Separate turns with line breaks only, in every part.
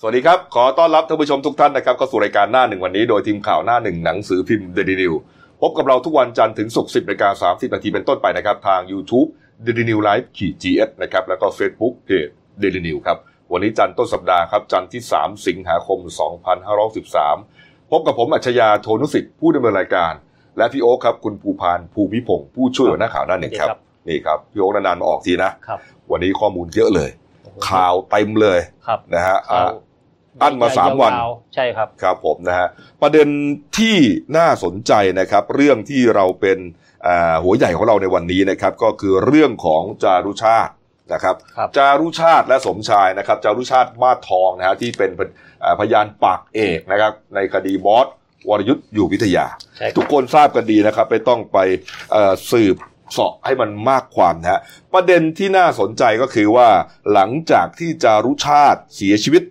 สวัสดีครับ ขอต้อนรับท่านผู้ชมทุกท่านนะครับเข้าสู่รายการหน้าหนึ่งวันนี้โดยทีมข่าวหน้าหนึ่งหนังสือพิมพ์เดลินิวพบกับเราทุกวันจันทร์ถึงศุกร์สิบนาฬิกาสามสิบนาทีเป็นต้นไปนะครับ ทาง YouTube d ด i ินิวไลฟ์ขีดจีเอสนะครับ แล้วก็ Facebook เพจเดลินิวครับ วันนี้จันทร์ต้นสัปดาห์ครับ จันทร์ที่ 3 สิงหาคม 2513 พบกับผมอัจฉริยะโทนุสิทธิ์ผู้ดำเนินรายการ และพี่โอ๊คครับคุณภูพานภูมิพงศ์ผู้ช่วยหัวหน้าข่าวหน้าหนึ่งครับนี่ครับพี่โอ๊คนานๆมาออกทีนะครับ วันนี้ข้อมูลเยอะเลย
โอ้โห
ข่าวเต็มเลย
ครับ
นะฮะ
ข่า
อ่า
ว
อั้นมาสามวัน
ยๆใช่ครับ
ครับผมนะฮะประเด็นที่น่าสนใจนะครับ เรื่องที่เราเป็นอ่าหัวใหญ่ของเราในวันนี้นะครับ ก็คือเรื่องของจารุชาตินะครับ
ครับ
จารุชาติและสมชายนะครับ จารุชาติมาสทองนะฮะที่เป็นพยอ่าพยานปากเอกนะครับ ในคดีบอสวรยุทธ์อยู่วิทยา
ใช่ค
ทุ
รั
ก
บ
คนทราบกันดีนะครับไม่ต้องไปเอ่อสืบเสาะให้มันมากความนะฮะประเด็นที่น่าสนใจก็คือว่าหลังจากที่จารุชาติเสียชีวิต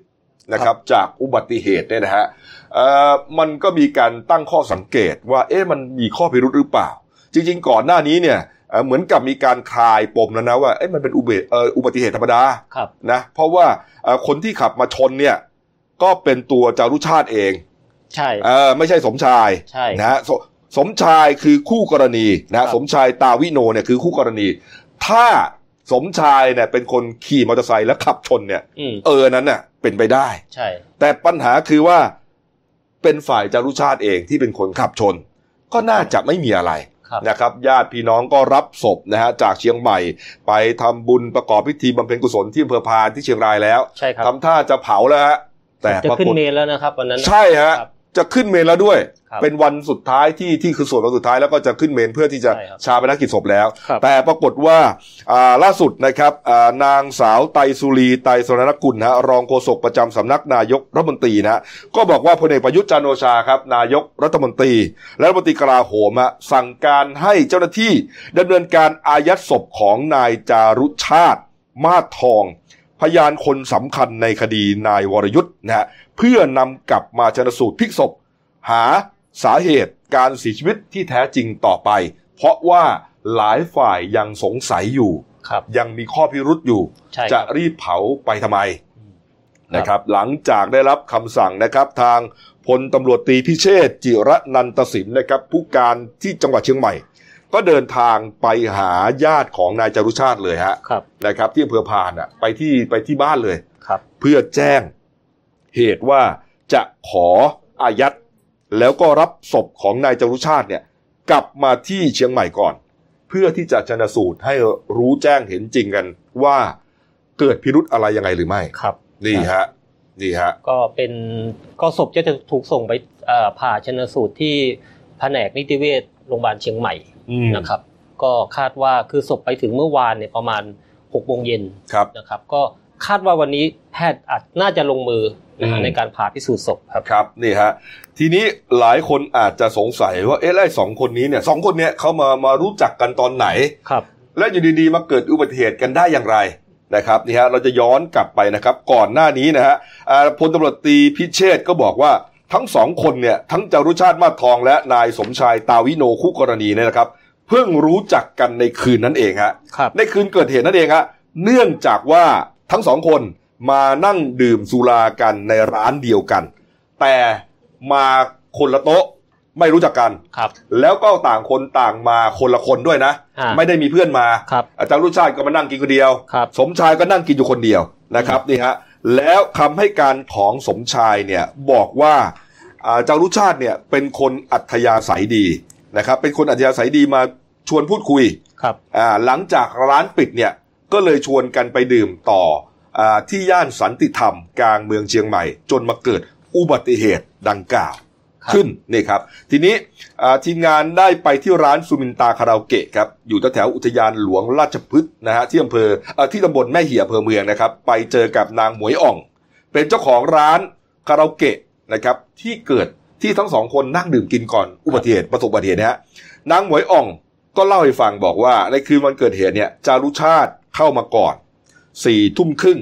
นะครับจากอุบัติเหตุเนี่ยนะฮะเอ่อมันก็มีการตั้งข้อสังเกตว่าเอ๊ะมันมีข้อพิรุธหรือเปล่า จริงๆ ก่อนหน้านี้เนี่ยเอ่อเหมือนกับมีการคลายปมแล้วนะว่าเอ๊ะมันเป็นอุบัติเอ่ออุบัติเหตุธรรมดา
ครับ
นะเพราะว่าเอ่อคนที่ขับมาชนเนี่ยก็เป็นตัวจารุชาติเอง
ใช่
เออไม่ใช่สมชาย
ใช่
นะฮะสสมชายคือคู่กรณีนะฮะสมชายตาวิโนเนี่ยคือคู่กรณี ถ้าสมชายเนี่ยเป็นคนขี่มอเตอร์ไซค์แล้วขับชนเนี่ย
อืม
เออนั้นน่ะเป็นไปได้
ใช่
แต่ปัญหาคือว่าเป็นฝ่ายจารุชาติเองที่เป็นคนขับชน ก็น่าจะไม่มีอะไร
ครับ
นะครับ ญาติพี่น้องก็รับศพนะฮะจากเชียงใหม่ ไปทำบุญประกอบพิธีบำเพ็ญกุศลที่อำเภอพานที่เชียงรายแล้ว
ใช่ครับ
ทำท่าจะเผาแล้วฮะแต่
จะ
ปรา
ขึ้น
กฏ
เมนแล้วนะครับวันนั้น
ใช่ฮะ
ครับ
จะขึ้นเมนแล้วด้วย
ครับ
เป็นวันสุดท้ายที่ที่คือส่วนวันสุดท้ายแล้วก็จะขึ้นเมนเพื่อที่จะ
ใช่ครับ
ชาปนกิจศพแล้ว
ครับ
แต่ปรากฏว่าอ่าล่าสุดนะครับอ่านางสาวไตรสุรีไตรสรณกุลนะฮะรองโฆษกประจำสำนักนายกรัฐมนตรีนะฮะก็บอกว่าพลเอกประยุทธ์จันทร์โอชาครับนายกรัฐมนตรี และรัฐมนตรีกลาโหมฮะสั่งการให้เจ้าหน้าที่ดำเนินการอายัดศพของนายจารุชาติ มาศทอง พยานคนสำคัญในคดีนายวรยุทธ์นะฮะเพื่อนำกลับมาชนสูตรพลิกศพ หาสาเหตุการเสียชีวิตที่แท้จริงต่อไป เพราะว่าหลายฝ่ายยังสงสัยอยู่
ครับ
ยังมีข้อพิรุษอยู่
ใช่ค
จะ
รับ
รีบเผาไปทำไม
อืม
นะครับ หลังจากได้รับคำสั่งนะครับทางพลตำรวจตรีพิเชษจิระนันตสินนะครับ ผู้การที่จังหวัดเชียงใหม่ ก็เดินทางไปหาญาติของนายจารุชาติเลยฮะ
ครับ
นะครับ ที่อำเภอพานอ่ะไปที่ไปที่บ้านเลย
ครับ
เพื่อแจ้งเหตุว่าจะขออายัดแล้วก็รับศพของนายจารุชาติเนี่ยกลับมาที่เชียงใหม่ก่อน เพื่อที่จะชนสูตรให้รู้แจ้งเห็นจริงกันว่าเกิดพิรุธอะไรยังไงหรือไม่
ครับ
นี่ฮะนี่ฮะ
ก็เป็นก็ศพจะถูกส่งไปเอ่อผ่าชนสูตรที่แผนกนิติเวชโรงพยาบาลเชียงใหม่
อืม
นะครับ ก็คาดว่าคือศพไปถึงเมื่อวานเนี่ยประมาณหกโมงเย็น
ครับ
นะครับก็คาดว่าวันนี้แพทย์อาจน่าจะลงมือนะฮะ
อืม
ในการผ่าพิสูจน์ศพครับ
ครับนี่ฮะทีนี้หลายคนอาจจะสงสัยว่าเอ๊ะแล้วไอ้สองคนนี้เนี่ยสองคนเนี่ยเขามามารู้จักกันตอนไหน
ครับ
และอยู่ดีๆมาเกิดอุบัติเหตุกันได้อย่างไรนะครับนี่ฮะเราจะย้อนกลับไปนะครับก่อนหน้านี้นะฮะอ่าพลตำรวจตรีพิเชษก็บอกว่าทั้งสองคนเนี่ยทั้งจารุชาติมาสทองและนายสมชายตาวิโนคู่กรณีเนี่ยนะครับ เพิ่งรู้จักกันในคืนนั้นเองฮะ
ครับ
ในคืนเกิดเหตุนั่นเองฮะเนื่องจากว่าทั้งสองคนมานั่งดื่มสุรากันในร้านเดียวกัน แต่มาคนละโต๊ะไม่รู้จักกัน
ครับ
แล้วก็ต่างคนต่างมาคนละคนด้วยนะ
อ่า
ไม่ได้มีเพื่อนมา
ครับ
อาจารย์รุ่ชาติก็มานั่งกินคนเดียว
ครับ
สมชายก็นั่งกินอยู่คนเดียวนะครับนี่ฮะแล้วคำให้การของสมชายเนี่ยบอกว่าอ่าอาจารย์รุ่ชาติเนี่ยเป็นคนอัธยาศัยดีนะครับเป็นคนอัธยาศัยดีมาชวนพูดคุย
ครับ
อ่าหลังจากร้านปิดเนี่ยก็เลยชวนกันไปดื่มต่ออาที่ย่านสันติธรรมกลางเมืองเชียงใหม่ จนมาเกิดอุบัติเหตุดังกล่าว
ครับ
ขึ้นนี่ครับทีนี้อ่าทีมงานได้ไปที่ร้านซูมินตาคาราโอเกะครับอยู่แถวๆอุทยานหลวงราชพฤกษ์นะฮะที่อำเภอเอ่อที่ตำบลแม่เหี่ยอำเภอเมืองนะครับ ไปเจอกับนางหมวยอ่อง เป็นเจ้าของร้านคาราโอเกะนะครับที่เกิดที่ทั้งสองคนนั่งดื่มกินก่อนอุบัติเหตุประสบอุบัติเหตุนะฮะนางหมวยอ่องก็เล่าให้ฟังบอกว่าในคืนวันเกิดเหตุเนี่ยจารุชาติเข้ามาก่อนสี่ทุ่มครึ่ง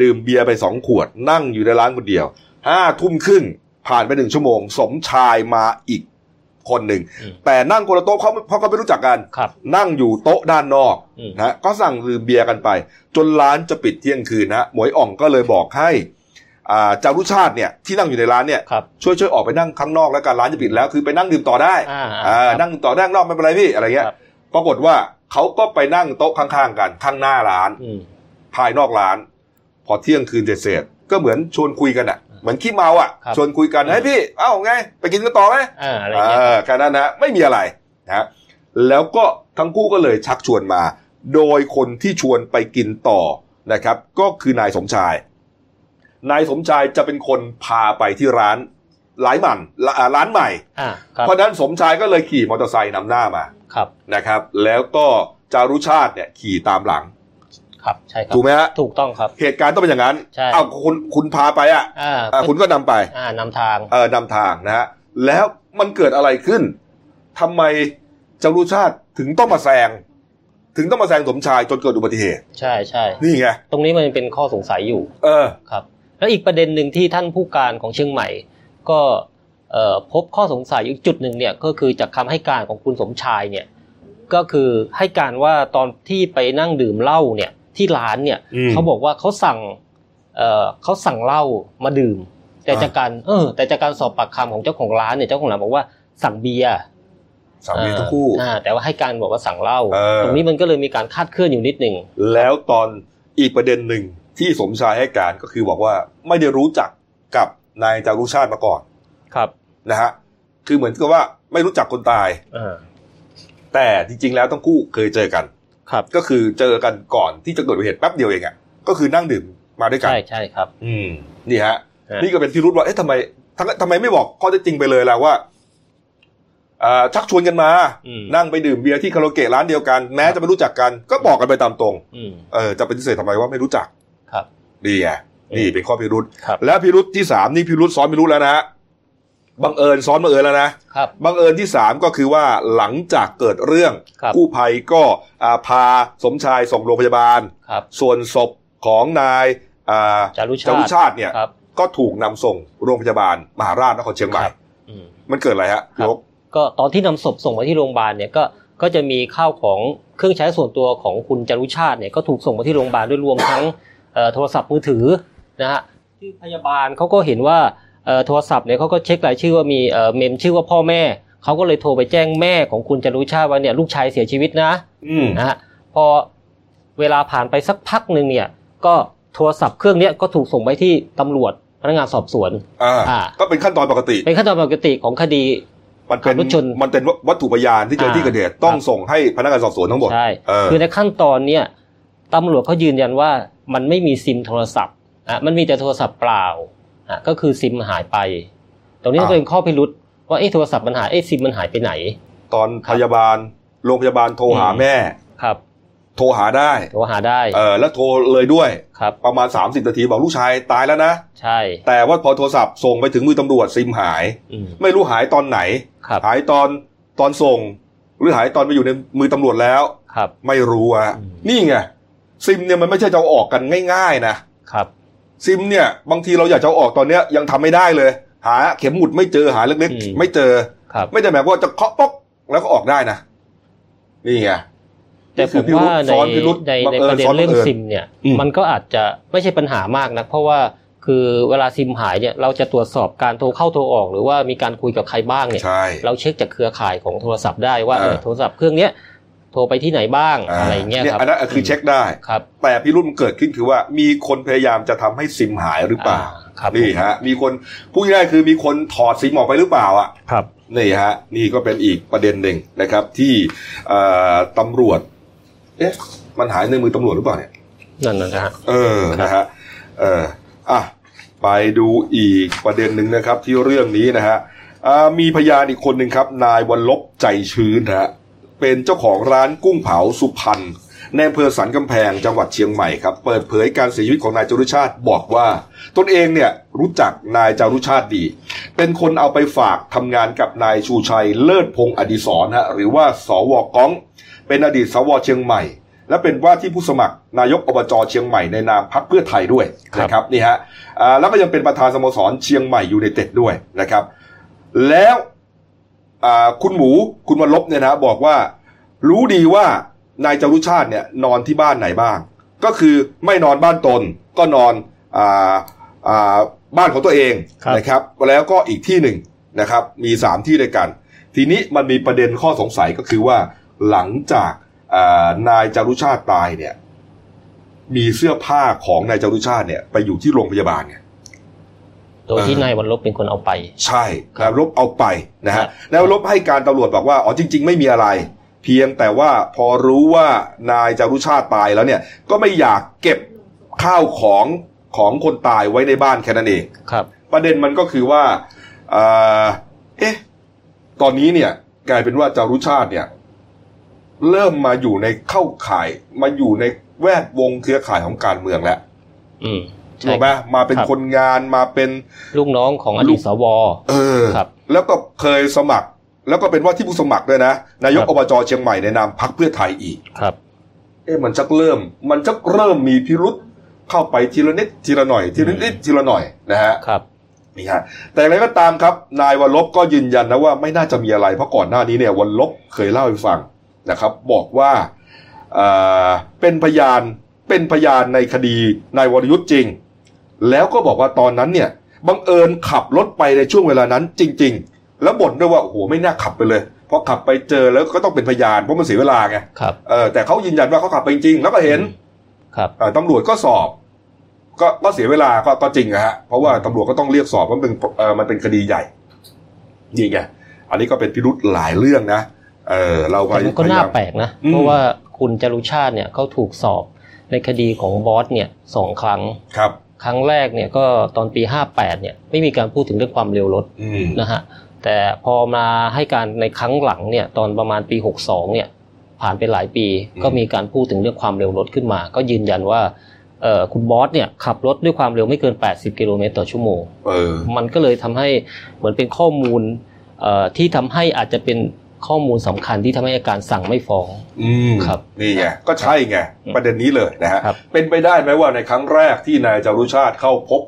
ดื่มเบียร์ไปสองขวด นั่งอยู่ในร้านคนเดียว ห้าทุ่มครึ่งผ่านไปหนึ่งชั่วโมง สมชายมาอีกคนหนึ่ง
อืม
แต่นั่งคนละโต๊ะเขาเพราะเขาไม่รู้จักกัน
ครับ
นั่งอยู่โต๊ะด้านนอก
อืม
นะฮะก็สั่งดื่มเบียร์กันไป จนร้านจะปิดเที่ยงคืนนะฮะหมวยอ่องก็เลยบอกให้ อ่าจารุชาติเนี่ยที่นั่งอยู่ในร้านเนี่ย
ครับ
ช่วยช่วยออกไปนั่งข้างนอกแล้วกันร้านจะปิดแล้วคือไปนั่งดื่มต่อได้
อ่า
อ่า
ครับ
นั่งต่อได้ข้างนอกไม่เป็นไรพี่อะไรเงี้ย
ครับ
ปรากฏว่าเขาก็ไปนั่งโต๊ะข้างๆกันข้างหน้าร้าน
อืม
ภายนอกร้าน พอเที่ยงคืนเสร็จๆก็เหมือนชวนคุยกันอ่ะ เหมือนขี้เมาอ่ะ
ครับ
ชวนคุยกัน
อืม
เฮ้ยพี่ เอ้าไง ไปกินกันต่อไหม
อ่าอะไร
เอ
เงี้ย
อแค่นั้นนะไม่มีอะไรนะฮะแล้วก็ทั้งคู่ก็เลยชักชวนมา โดยคนที่ชวนไปกินต่อนะครับ ก็คือนายสมชาย นายสมชายจะเป็นคนพาไปที่ร้านร้านหมันละอ่าร้านใหม่
อ่าครับ
เพราะฉะนั้นสมชายก็เลยขี่มอเตอร์ไซค์นำหน้ามา
ครับ
นะครับ แล้วก็จารุชาติเนี่ยขี่ตามหลัง
ครับใช่ครับ
ถูกไหมฮะ
ถูกต้องครับ
เหตุการณ์ต้องเป็นอย่างนั้น
ใช่
อ้าวคุณคุณพาไปอ่ะ
อ่า
อ่าคุณก็นำไป
อ่านำทาง
เออนำทางนะฮะ แล้วมันเกิดอะไรขึ้น ทำไมจารุชาติถึงต้องมาแซง ถึงต้องมาแซงสมชายจนเกิดอุบัติเหตุ
ใช่ใช่
นี่ไง
ตรงนี้มันเป็นข้อสงสัยอยู่
เออ
ครับ แล้วอีกประเด็นหนึ่งที่ท่านผู้การของเชียงใหม่ ก็เอ่อพบข้อสงสัยอีกจุดหนึ่งเนี่ยก็คือจากคำให้การของคุณสมชายเนี่ยก็คือให้การว่าตอนที่ไปนั่งดื่มเหล้าเนี่ยที่ร้านเนี่ย
อืม
เขาบอกว่าเขาสั่งเอ่อเขาสั่งเหล้ามาดื่ม แต่
อ่า
จากการเออแต่จากการสอบปากคำของเจ้าของร้านเนี่ยเจ้าของร้านบอกว่าสั่งเบียร์
สามีทั้งคู่
อ่าแต่ว่าให้การบอกว่าสั่งเหล้า
เออ
ตรงนี้มันก็เลยมีการคาดเคลื่อนอยู่นิดหนึ่ง
แล้วตอนอีกประเด็นหนึ่งที่สมชายให้การก็คือบอกว่าไม่ได้รู้จักกับนายจารุชาติมาก่อน
ครับ
นะฮะ คือเหมือนกับว่าไม่รู้จักคนตาย
อ่า
แต่จริงๆแล้วทั้งคู่เคยเจอกัน
ครับ
ก็คือเจอกันก่อนที่จะเกิดอุบัติเหตุแป๊บเดียวเองอะก็คือนั่งดื่มมาด้วยกัน
ใช่ใช่ครับ
อืมนี่ฮะ
ฮะ
นี่ก็เป็นที่รู้ว่าเอ๊ะทำไมทำไมทำไมไม่บอกข้อเท็จจริงไปเลยล่ะว่าเอ่อชักชวนกันมา
อืม
นั่งไปดื่มเบียร์ที่คาราโอเกะร้านเดียวกัน แม้จะไม่รู้จักกัน ก็บอกกันไปตามตรง
อืม
เออจะเป็นพิเศษทำไมว่าไม่รู้จัก
ครับ
ดีไงนี่เป็นข้อพิรุษ
ครับ
และพิรุษที่สามนี่พิรุษซ้อนพิรุษแล้วนะฮะบังเอิญซ้อนบังเอิญแล้วนะครับ บังเอิญที่สามก็คือว่าหลังจากเกิดเรื่อง
ครับ
กู้ภัยก็อ่าพาสมชายส่งโรงพยาบาล
ครับ
ส่วนศพของนายอ่า
จารุชา
จารุ
ติ
ชาติเนี่ย
ครับ
ก็ถูกนำส่งโรงพยาบาลมหาราชนครเชียงใหม่
ครับอืม
มันเกิดอะไรฮะ
ครั
ย
บ
ก
ก็ตอนที่นำศพส่งมาที่โรงพยาบาลเนี่ยก็ก็จะมีข้าวของเครื่องใช้ส่วนตัวของคุณจารุชาติเนี่ยก็ถูกส่งมาที่โรงพยาบาลด้วยรวมทั้งเอ่อโทรศัพท์มือถือนะฮะที่พยาบาลเขาก็เห็นว่าเอ่อโทรศัพท์เนี่ยเขาก็เช็ครายชื่อว่ามีเอ่อเมมชื่อว่าพ่อแม่เขาก็เลยโทรไปแจ้งแม่ของคุณจารุชาติว่าเนี่ยลูกชายเสียชีวิตนะ
อืม
นะฮะพอเวลาผ่านไปสักพักหนึ่งเนี่ยก็โทรศัพท์เครื่องเนี้ยก็ถูกส่งไปที่ตำรวจพนักงานสอบสวน
อ่า
อ่า
ก็เป็นขั้นตอนปกติ
เป็นขั้นตอนปกติของคดี
มันเป็น
ขับรถชน
มันเป็นวัตถุพยานที่เจอที่
อ่า
เกิดเหตุต้อง
ครับ
ส่งให้พนักงานสอบสวนทั้งหมด
ใช่
เออ
คือในขั้นตอนเนี่ยตำรวจเขายืนยันว่ามันไม่มีซิมโทรศัพท์อ่ะมันมีแต่โทรศัพท์เปล่าอ่ะก็คือซิมหายไป ตรงนี้ก็เป็นข้อพิรุษว่าเอ๊ะโทรศัพท์มันหายเอ๊ะซิมมันหายไปไหน
ตอน
ครับ
พยาบาลโรงพยาบาลโทรหา
อืม
แม่
ครับ
โทรหาได้
โทรหาได้
เออแล้วโทรเลยด้วย
ครับ
ประมาณ 30นาทีบอกลูกชายตายแล้วนะ
ใช่
แต่ว่าพอโทรศัพท์ส่งไปถึงมือตำรวจซิมหาย
อืม
ไม่รู้หายตอนไหน
ครับ
หายตอนตอนส่ง หรือหายตอนไปอยู่ในมือตำรวจแล้ว
ครับ
ไม่รู้อะ
อืม
นี่ไงซิมเนี่ยมันไม่ใช่จะเอาออกกันง่ายๆนะครับ ซิมเนี่ยบางทีเราอยากจะเอาออกตอนเนี้ยยังทำไม่ได้เลย หาเข็มหมุดไม่เจอหาเล็ก
อืม
ๆ ไม่เจอ
ครับ
ไม่ได้หมายความว่าจะเคาะป๊อกแล้วก็ออกได้นะนี่ไง
แต่
นี่
ผม
พิรุษ
ว่าใน
ซ้อนพิรุษ
ใน
บัง
ใน
เอิ
ประ
ญ
เด็
ซ้อน น
เรื่อง
บังเอิญ
ซิมเนี่ย
อืม
มันก็อาจจะไม่ใช่ปัญหามากนะเพราะว่าคือเวลาซิมหายเนี่ยเราจะตรวจสอบการโทรเข้าโทรออก หรือว่ามีการคุยกับใครบ้างเนี่ย
ใช่
เราเช็คจากเครือข่ายของโทรศัพท์ได้ว่า
อ่า
เออโทรศัพท์เครื่องเนี้ยโทรไปที่ไหนบ้าง
อ่า
อะไรเงี้ย
เนี่ย
ครับ
อันนั้นคือเช็คได้
ครับ
แต่พิรุษมันเกิดขึ้นคือว่ามีคนพยายามจะทำให้ซิมหายหรือเปล่า
อ่ครับ
นี่ฮะ มีคนพูดง่ายๆคือมีคนถอดซิมออกไปหรือเปล่าอ่ะ
ครับ
นี่ฮะนี่ก็เป็นอีกประเด็นหนึ่งนะครับที่เอ่อตำรวจ เอ๊ะมันหายในมือตำรวจหรือเปล่าเนี่ย
นั่นนะฮะ
เออ
ครับ
นะฮะเอออ่ะไปดูอีกประเด็นหนึ่งนะครับ ที่เรื่องนี้นะฮะอ่ามีพยานอีกคนหนึ่งครับ นายวันลบใจชื้นนะฮะเป็นเจ้าของร้านกุ้งเผาสุพรรณในอำเภอสันกำแพงจังหวัดเชียงใหม่ครับ เปิดเผยการเสียชีวิตของนายจารุชาติบอกว่า ตนเองเนี่ยรู้จักนายจารุชาติดี เป็นคนเอาไปฝากทำงานกับนายชูชัยเลิศพงศ์อดิศรฮะหรือว่าสวก้อง เป็นอดีตสวเชียงใหม่ และเป็นว่าที่ผู้สมัครนายกอบจเชียงใหม่ในนามพรรคเพื่อไทยด้วย
ครับ
นะครับนี่ฮะอ่าแล้วก็ยังเป็นประธานสโมสรเชียงใหม่ยูไนเต็ดด้วยนะครับ แล้วอ่าคุณหมูคุณวันลบเนี่ยนะบอกว่า รู้ดีว่านายจารุชาติเนี่ยนอนที่บ้านไหนบ้าง ก็คือไม่นอนบ้านตนก็นอนอา อ่าบ้านของตัวเอง
ครับ
นะครับ แล้วก็อีกที่หนึ่งนะครับ มีสามที่ด้วยกัน ทีนี้มันมีประเด็นข้อสงสัยก็คือว่า หลังจากอ่านายจารุชาติตายเนี่ย มีเสื้อผ้าของนายจารุชาติเนี่ย ไปอยู่ที่โรงพยาบาลไง
โดยที่
เออ
นายวันลบเป็นคนเอาไป
ใช่
ครั
นา
บ
ยรบเอาไปนะ
ครั
ฮะ
บ
นายรบให้การตำรวจบอกว่าอ๋อจริง ๆ ไม่มีอะไร เพียงแต่ว่าพอรู้ว่านายจารุชาติตายแล้วเนี่ย ก็ไม่อยากเก็บข้าวของของคนตายไว้ในบ้านแค่นั้นเอง
ครับ
ประเด็นมันก็คือว่าเอ่อเอ๊ะ ตอนนี้เนี่ย กลายเป็นว่าจารุชาติเนี่ย เริ่มมาอยู่ในเข้าข่าย มาอยู่ในแวดวงเครือข่ายของการเมืองแล้ว
อืมใช่
ถูกไหมมาเป็น
ครับ
คนงานมาเป็น
ลูกน้องของอดีตสว
เออ
ครับ
แล้วก็เคยสมัคร แล้วก็เป็นว่าที่ผู้สมัครด้วยนะ นายกอบจเชียงใหม่ในนามพักเพื่อไทยอีก
ครับ
เอ๊ะมันจักเริ่ม มันจักเริ่มมีพิรุษเข้าไปทีละนิดทีละหน่อย ทีละนิดทีละหน่อยนะฮะ
ครับ
นี่ฮะแต่อะไรก็ตามครับ นายวันลบก็ยืนยันนะว่าไม่น่าจะมีอะไร เพราะก่อนหน้านี้เนี่ยวันลบเคยเล่าให้ฟังนะครับ บอกว่าเอ่อเป็นพยานเป็นพยานในคดีนายวรยุทธ์จริง แล้วก็บอกว่าตอนนั้นเนี่ยบังเอิญขับรถไปในช่วงเวลานั้นจริง ๆ แล้วบ่นด้วยว่าโอ้โหไม่น่าขับไปเลยเพราะขับไปเจอแล้วก็ต้องเป็นพยานเพราะมันเสียเวลาไง
ครับ
เออแต่เขายืนยันว่าเขาขับไปจริงแล้วก็เห็น
ครับ
เอ่อตำรวจก็สอบ ก็ก็เสียเวลาก็ก็จริงนะฮะเพราะว่าตำรวจก็ต้องเรียกสอบว่ามันเป็นเอ่อมันเป็นคดีใหญ่นี่ไงอันนี้ก็เป็นพิรุธหลายเรื่องนะเออเราไป
แต่มันก็
พยย
น่าม แปลกนะ
อืม
เพราะว่าคุณจรุชาติเนี่ยเขาถูกสอบในคดีของบอสเนี่ยสองครั้ง
ครับ
ครั้งแรกเนี่ยก็ตอนปี 58เนี่ยไม่มีการพูดถึงเรื่องความเร็วรถ
อืม
นะฮะ แต่พอมาให้การในครั้งหลังเนี่ยตอนประมาณปี 62เนี่ยผ่านไปหลายปีก็มีการพูดถึงเรื่องความเร็วรถขึ้นมา ก็ยืนยันว่าเอ่อคุณบอสเนี่ยขับรถด้วยความเร็วไม่เกิน 80 กิโลเมตรต่อชั่วโมง
เออ
มันก็เลยทำให้เหมือนเป็นข้อมูลเอ่อที่ทำให้อาจจะเป็นข้อมูลสำคัญที่ทำให้อาการสั่งไม่ฟ้อง
อืม
ครับ
นี่ไงก็ใช่ไง
ครับ
ประเด็นนี้เลยนะฮะ
ครับ
เป็นไปได้ไหมว่าในครั้งแรกที่นายจารุชาติเข้าพบ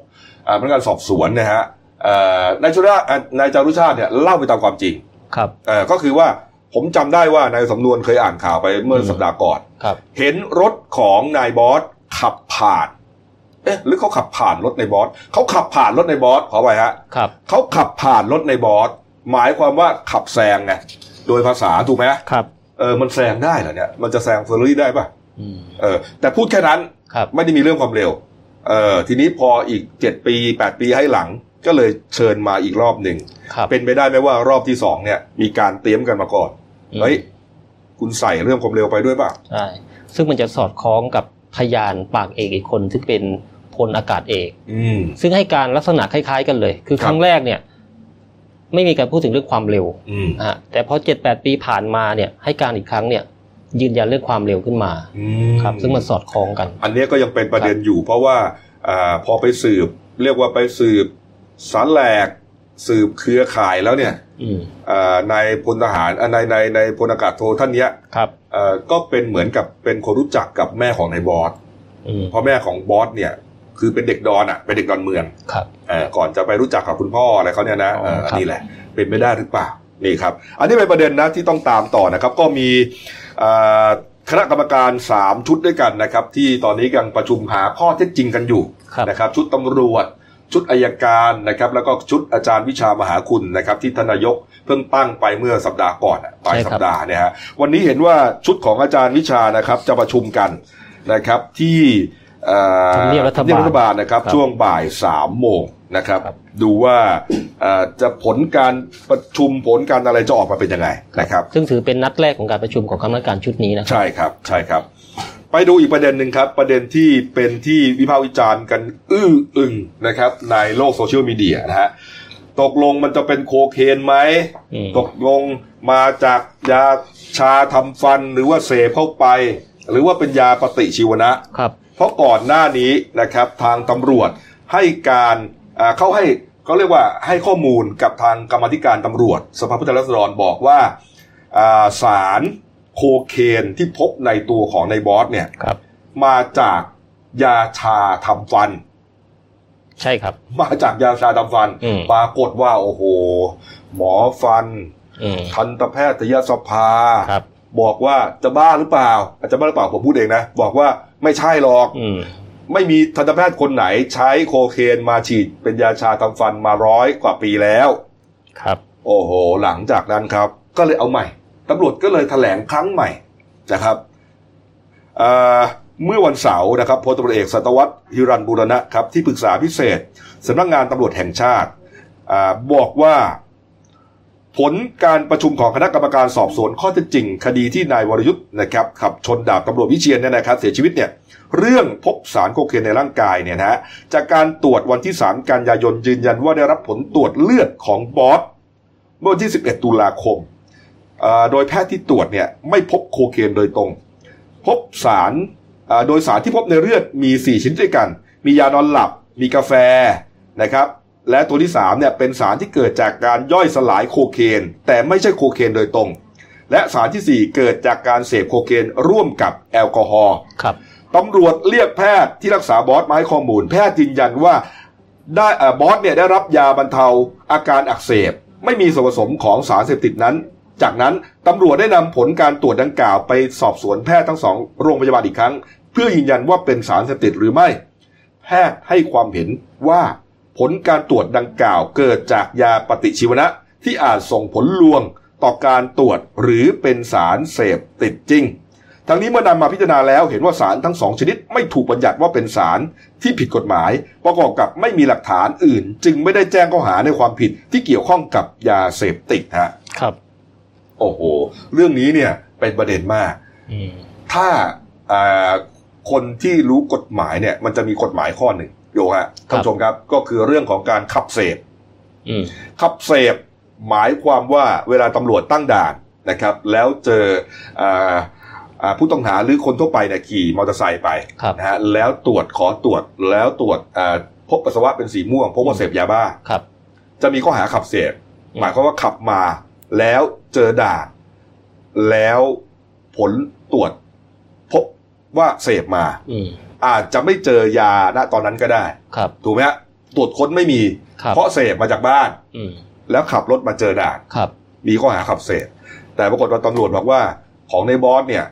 อ่าพนักงานสอบสวนนะฮะเอ่อนายจารุชาติอ่ะนายจารุชาติเนี่ยเล่าไปตามความจริง
ครับ
เออก็คือว่าผมจำได้ว่านายสำนวนเคยอ่านข่าวไปเมื่ออ
ม
สัปดาห์ก่อน
ครับ
เห็นรถของนายบอสขับผ่าน เอ๊ะหรือเขาขับผ่านรถในายบอสเขาขับผ่านรถในายบอสขอไปฮะ
ครับ
เขาขับผ่านรถในายบอสหมายความว่าขับแซงไงโดยภาษาถูกไหม
ครับ
เออมันแซงได้เหรอเนี่ยมันจะแซงเฟอร์รารี่ได้ป่ะ
อืม
เออแต่พูดแค่นั้น
ครับ
ไม่ได้มีเรื่องความเร็วเออทีนี้พออีกเจ็ดปีแปดปีให้หลังก็เลยเชิญมาอีกรอบหนึ่ง
ครับ
เป็นไปได้ไหมว่ารอบที่สองเนี่ย มีการเตรียมกันมาก่อนเฮ้ยคุณใส่เรื่องความเร็วไปด้วยป่ะ
ใช่ซึ่งมันจะสอดคล้องกับพยานปากเอกอีกคนซึ่งเป็นพลอากาศเอก
อืม
ซึ่งให้การลักษณะคล้าย ๆ กันเลย คื
ค
อ
รับ
ครั้งแรกเนี่ย ไม่มีการพูดถึงเรื่องความเร็ว
อืม
นะฮะแต่พอเจ็ดแปดปีผ่านมาเนี่ย ให้การอีกครั้งเนี่ย ยืนยันเรื่องความเร็วขึ้นมา
อืม
ครับ ซึ่งมันสอดคล้องกัน
อันเนี้ยก็ยังเป็นประเด็นอยู่เพราะว่าอาพอไปสืบ เรียกว่าไปสืบสารแหลก สืบเครือข่ายแล้วเนี่ย
อืม
อ่านายพลทหารอ่านายนายนายพลอากาศโทท่านเนี้ย
ครับ
เอ่อก็เป็นเหมือนกับเป็นคนรู้จักกับแม่ของนายบอส
อืม
เพราะแม่ของบอสเนี่ย คือเป็นเด็กดอนอ่ะเป็นเด็กดอนเมือง
ครับ
เอ่อก่อนจะไปรู้จักกับคุณพ่ออะไรเขาเนี่ยนะเอ่อ
อ๋อครับ
นี่แหละ เป็นไม่ได้หรือเปล่านี่ครับ อันนี้เป็นประเด็นนะที่ต้องตามต่อนะครับ ก็มีอ่าคณะกรรมการ 3 ชุดด้วยกันนะครับ ที่ตอนนี้กำลังประชุมหาข้อเท็จจริงกันอยู่
ครับ
นะครับชุดตำรวจ ชุดอายการนะครับ แล้วก็ชุดอาจารย์วิชามหาคุณนะครับ ที่ทานนายกเพิ่งตั้งไปเมื่อสัปดาห์ก่อนอะปลาย
ใช่ครับ
สัปดาห์เนี่ยฮะวันนี้เห็นว่าชุดของอาจารย์วิชานะครับ จะประชุมกันนะครับที่เอ่อ
ทำเนียบรัฐ
ทำ
บาล
เนียรัฐบาลนะครับ
ครับ
ช่วงบ่ายสามโมงนะครับ
ครับ
ดูว่าเอ่อจะผลการประชุมผลการอะไรจะออกมาเป็นยังไงนะครับ
ซึ่งถือเป็นนัดแรกของการประชุมของคณะกรรมการชุดนี้นะครับ
ใช่ครับใช่ครับ ไปดูอีกประเด็นหนึ่งครับ ประเด็นที่เป็นที่วิพากษ์วิจารณ์กันอื้ออึงนะครับ ในโลกโซเชียลมีเดียนะฮะตกลงมันจะเป็นโคเคนไหม
อืม
ตกลงมาจากยาชาทำฟันหรือว่าเสพเข้าไป หรือว่าเป็นยาปฏิชีวนะ
ครับ
เพราะก่อนหน้านี้นะครับทางตำรวจให้การอ่าเขาให้เขาเรียกว่าให้ข้อมูลกับทางกรรมาธิการตำรวจ สภาผู้แทนราษฎรบอกว่าอ่าสารโคเคนที่พบในตัวของในบอสเนี่ย
ครับ
มาจากยาชาทำฟัน
ใช่ครับ
มาจากยาชาทำฟัน
อืม
ปรากฏว่าโอ้โห หมอฟัน
อืม
ทันตแพทยสภา
ครับ
บอกว่าจะบ้าหรือเปล่าอาจจะบ้าหรือเปล่าผมพูดเองนะ บอกว่าไม่ใช่หรอก
อืม
ไม่มีทันตแพทย์คนไหนใช้โคเคนมาฉีดเป็นยาชาทำฟันมาร้อยกว่าปีแล้ว
ครับ
โอ้โห หลังจากนั้นครับ ก็เลยเอาใหม่ตำรวจก็เลยแถลงครั้งใหม่นะครับเอ่อเมื่อวันเสาร์นะครับพลตำรวจเอกสัตวัตรหิรันบูรณะครับที่ปรึกษาพิเศษสำนักงานตำรวจแห่งชาติอาบอกว่า ผลการประชุมของคณะกรรมการสอบสวนข้อเท็จจริง คดีที่นายวรยุทธ์นะครับขับชนดาบตำรวจวิเชียนเนี่ยนะครับ เสียชีวิตเนี่ย เรื่องพบสารโคเคนในร่างกายเนี่ยนะฮะจากการตรวจวันที่ 3 กันยายนยืนยันว่าได้รับผลตรวจเลือดของบอส เมื่อวันที่ 11 ตุลาคมเอ่อโดยแพทย์ที่ตรวจเนี่ยไม่พบโคเคนโดยตรง พบสารเอ่อโดยสารที่พบในเลือดมี 4 ชิ้นด้วยกัน มียานอนหลับ มีกาแฟนะครับ และตัวที่3เนี่ยเป็นสารที่เกิดจากการย่อยสลายโคเคน แต่ไม่ใช่โคเคนโดยตรง และสารทีสี่ 4 เกิดจากการเสพโคเคนร่วมกับแอลกอฮอล์
ครับ
ตำรวจเรียกแพทย์ที่รักษาบอสมาให้ข้อมูล แพทย์ยืนยันว่าได้เอ่อบอสเนี่ยได้รับยาบรรเทาอาการอักเสบ ไม่มีส่วนผสมของสารเสพติดนั้น จากนั้นตำรวจได้นำผลการตรวจดังกล่าวไปสอบสวนแพทย์ทั้งสองโรงพยาบาลอีกครั้ง เพื่อยืนยันว่าเป็นสารเสพติดหรือไม่ แพทย์ให้ความเห็นว่าผลการตรวจดังกล่าวเกิดจากยาปฏิชีวนะ ที่อาจส่งผลลวงต่อการตรวจหรือเป็นสารเสพติดจริง ทั้งนี้เมื่อนำมาพิจารณาแล้วเห็นว่าสารทั้งสองชนิดไม่ถูกบัญญัติว่าเป็นสารที่ผิดกฎหมาย ประกอบกับไม่มีหลักฐานอื่น จึงไม่ได้แจ้งข้อหาในความผิดที่เกี่ยวข้องกับยาเสพติดฮะ
ครับ
โอ้โห เรื่องนี้เนี่ยเป็นประเด็นมาก
อืม
ถ้าอ่าคนที่รู้กฎหมายเนี่ย มันจะมีกฎหมายข้อหนึ่งโยฮะท่านผู้ชมครับก็คือเรื่องของการขับเสพ
อืม
ขับเสพหมายความว่าเวลาตำรวจตั้งด่านนะครับ แล้วเจออาอ่าผู้ต้องหาหรือคนทั่วไปเนี่ยขี่มอเตอร์ไซค์ไป
ครับ
นะฮะแล้วตรวจขอตรวจแล้วตรวจอ่าพบปัสสาวะเป็นสีม่วงพบว่าเสพยาบ้า
ครับ
จะมีข้อหาขับเสพ
อืม
หมายความว่าขับมาแล้วเจอด่านแล้วผลตรวจพบว่าเสพมา
อืม
อาจจะไม่เจอยาณตอนนั้นก็ได้
ครับ
ถูกไหมฮะตรวจค้นไม่มี
ครับ
เพราะเสพมาจากบ้าน
อืม
แล้วขับรถมาเจอด่าน
ครับ
มีข้อหาขับเสพแต่ปรากฏว่าตำรวจบอกว่าของในบอสเนี่ย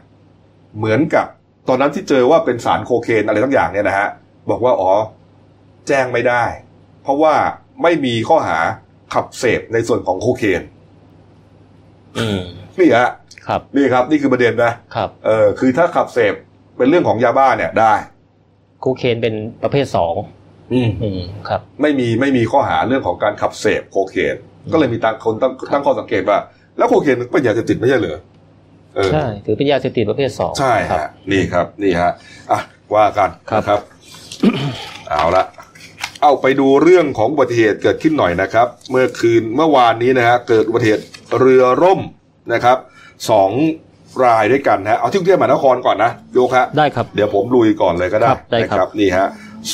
เหมือนกับตอนนั้นที่เจอว่าเป็นสารโคเคนอะไรทั้งอย่างเนี่ยนะฮะ บอกว่าอ๋อ แจ้งไม่ได้ เพราะว่าไม่มีข้อหาขับเสพในส่วนของโคเคน
อืม
นี่ฮะ
ครับ
นี่ครับ นี่คือประเด็นนะครับเออคือถ้าขับเสพเป็นเรื่องของยาบ้าเนี่ยได้
โคเคนเป็นประเภทสอง
อืม
อืมครับ
ไม่มีไม่มีข้อหาเรื่องของการขับเสพโคเคน
อืม
ก็เลยมีต่างคนตั้งตั้งข้อสังเกตว่า แล้วโคเคนเป็นยาเสพติดไม่ใช่เหรอเออ
ใช่ถือเป็นยาเสพติดประเภทสอง
ใช่
ครับ
ฮะนี่ครับนี่ฮะอ่ะว่ากัน
ครับ
นะครับ เอาละเอาไปดูเรื่องของอุบัติเหตุเกิดขึ้นหน่อยนะครับ เมื่อคืนเมื่อวานนี้นะฮะเกิดอุบัติเหตุเรือร่มนะครับสองรายด้วยกันนะฮะเอาที่กรุงเทพมหานครก่อนนะโยกฮะ
ได้ครับ
เดี๋ยวผมลุยก่อนเลยก็ได้
ครับได้
นะครับ นี่ฮะ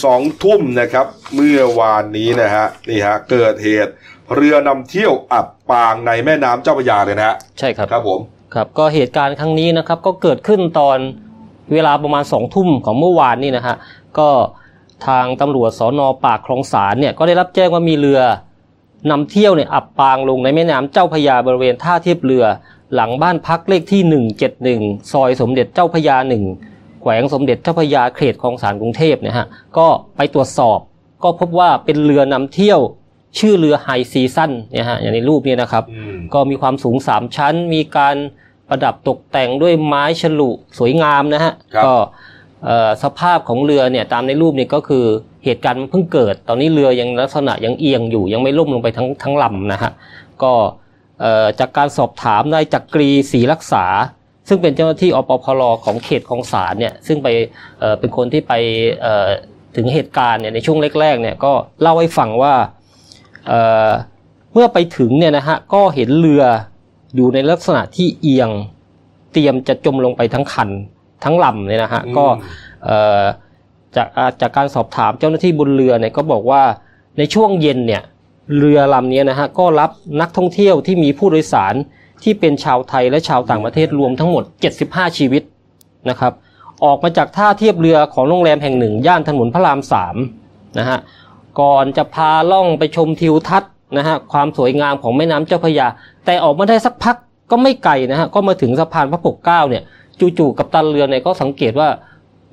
สองทุ่มนะครับ เมื่อวานนี้นะฮะนี่ฮะเกิดเหตุเรือนำเที่ยวอับปางในแม่น้ำเจ้าพระยาเลยนะฮะ
ใช่ครับ
ครับผม
ครับก็เหตุการณ์ครั้งนี้นะครับก็เกิดขึ้นตอนเวลาประมาณสองทุ่มของเมื่อวานนี่นะฮะก็ทางตำรวจสอนอปากคลองสารเนี่ยก็ได้รับแจ้งว่ามีเรือนำเที่ยวเนี่ยอับปางลงในแม่น้ำเจ้าพระยาบริเวณท่าเทียบเรือ หลังบ้านพักเลขที่ 171 ซอยสมเด็จเจ้าพระยาหนึ่งแขวงสมเด็จเจ้าพระยาเขตคลองสารกรุงเทพเนี่ยฮะก็ไปตรวจสอบ ก็พบว่าเป็นเรือนำเที่ยวชื่อเรือไฮซีซั่นเนี่ยฮะอย่างในรูปเนี่ยนะครับ
อืม
ก็มีความสูง 3 ชั้น มีการประดับตกแต่งด้วยไม้ฉลุสวยงามนะฮะ ก็เอ่อสภาพของเรือเนี่ยตามในรูปเนี่ยก็คือเหตุการณ์มันเพิ่งเกิด ตอนนี้เรือยังลักษณะยังเอียงอยู่ยังไม่ล่มลงไปทั้งทั้งลำนะฮะ ก็เอ่อจากการสอบถามนายจักรีศรีรักษา ซึ่งเป็นเจ้าหน้าที่อปพลของเขตของสารเนี่ยซึ่งไปเอ่อเป็นคนที่ไปเอ่อถึงเหตุการณ์เนี่ยในช่วงแรกๆเนี่ยก็เล่าให้ฟังว่าเอ่อเมื่อไปถึงเนี่ยนะฮะก็เห็นเรืออยู่ในลักษณะที่เอียงเตรียมจะจมลงไปทั้งคันทั้งลำเนี่ยนะฮะก็ เอ่อจากอ่าจากการสอบถามเจ้าหน้าที่บนเรือเนี่ยก็บอกว่าในช่วงเย็นเนี่ยเรือลำเนี้ยนะฮะก็รับนักท่องเที่ยวที่มีผู้โดยสารที่เป็นชาวไทยและชาวต่างประเทศรวมทั้งหมด 75 ชีวิตนะครับ ออกมาจากท่าเทียบเรือของโรงแรมแห่งหนึ่ง ย่านถนนพระรามสามนะฮะก่อนจะพาล่องไปชมทิวทัศน์นะฮะความสวยงามของแม่น้ำเจ้าพระยา แต่ออกมาได้สักพักก็ไม่ไกลนะฮะก็มาถึงสะพานพระปกเกล้าเนี่ยจู่ๆกับตันเรือเนี่ยก็สังเกตว่า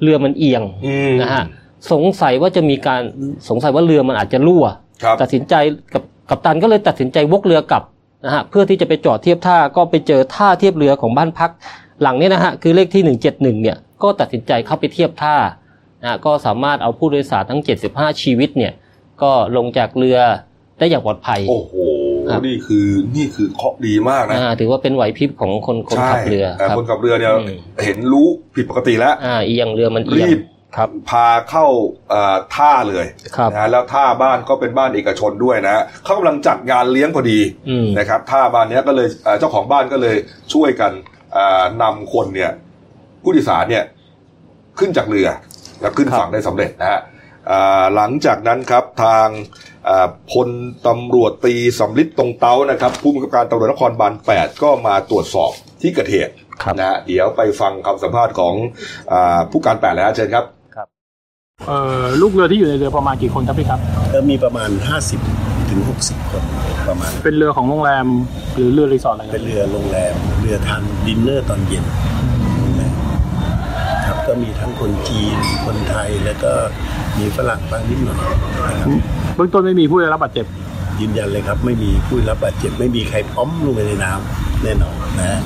เรือมันเอียง
อืม
นะฮะ สงสัยว่าจะมีการสงสัยว่าเรือมันอาจจะรั่ว
ครับ
ตัดสินใจกับกัปตันก็เลยตัดสินใจวกเรือกลับนะฮะเพื่อที่จะไปจอดเทียบท่าก็ไปเจอท่าเทียบเรือของบ้านพักหลังเนี้นะฮะคือเลขที่ 171เนี่ยก็ตัดสินใจเข้าไปเทียบท่านะฮะก็สามารถเอาผู้โดยสารทั้ง 75 ชีวิตเนี่ยก็ลงจากเรือได้อย่างปลอดภัย
โอ้โห
ครับ
นี่คือนี่คือเคราะห์ดีมากนะ
อ่าถือว่าเป็นไหวพริบของคนคนขับเรือ
ใช่แต่
ครับ
คนขับเรือเนี่ย
อืม
เห็นรู้ผิดปกติแล้ว
อ่าเอียงเรือมันเอียง
รีบ
ครับ
พาเข้าเอ่อท่าเลย
ครับ
นะแล้วท่าบ้านก็เป็นบ้านเอกชนด้วยนะเขากำลังจัดงานเลี้ยงพอดี
อืม
นะครับท่าบ้านเนี้ยก็เลยเอ่อเจ้าของบ้านก็เลยช่วยกันเอ่อนำคนเนี่ยผู้โดยสารเนี่ยขึ้นจากเรือแล้วขึ้นฝั่งได้สำเร็จนะฮะเอ่อหลังจากนั้นครับทางเอ่อพลตำรวจตีสำลิดตรงเต้านะครับ ผู้บังคับการตำรวจนครบาล8 ก็มาตรวจสอบที่เกิดเหตุ
ครับ
นะฮะเดี๋ยวไปฟังคำสัมภาษณ์ของเออผู้การแปดแล้วเชิญครับ
เอ่อลูกเรือที่อยู่ในเรือประมาณกี่คนครับพี่ครับ
ก็มีประมาณ 50 ถึง 60 คนประมาณ
เป็นเรือของโรงแรมหรือเรือรีสอร์ทอะไรค
เป็
รั
น
บ
เรือโรงแรม เรือทานดินเนอร์ตอนเย็นครับก็มีทั้งคนจีน คนไทยแล้วก็มีฝรั่งบ้างนิดหน่อยนะครับ
เบื้องต้นไม่มีผู้ได้รับบาดเจ็บ
ยืนยันเลยครับ ไม่มีผู้รับบาดเจ็บ ไม่มีใครพ้อมลงไปในน้ำแน่นอนนะฮะ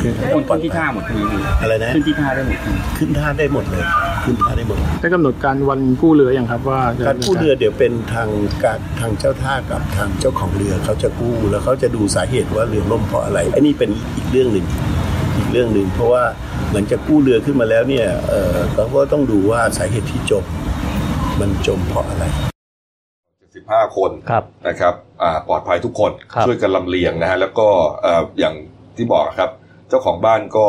ขึ้นที่ท่าหมดที
อะไรนะ
ขึ้นที่ท่าได้หมดที
ขึ้นท่าได้หมดเลย ขึ้นท่าได้หมด
ได้กำหนดการวันกู้เรืออย่างครับว่าจะ
การกู้เรือเดี๋ยวเป็นทางการทางเจ้าท่ากับทางเจ้าของเรือเขาจะกู้แล้วเขาจะดูสาเหตุว่าเรือล่มเพราะอะไรไอ้นี่เป็นอีกเรื่องหนึ่งอีกเรื่องหนึ่งเพราะว่าหลังจากกู้เรือขึ้นมาแล้วเนี่ยเอ่อเราก็ต้องดูว่าสาเหตุที่จมมันจมเพราะอะไร
75 คน
ครับ
นะครับอ่าปลอดภัยทุกคน
ครับ
ช่วยกันลำเลียงนะฮะแล้วก็เอ่ออย่างที่บอกครับ เจ้าของบ้านก็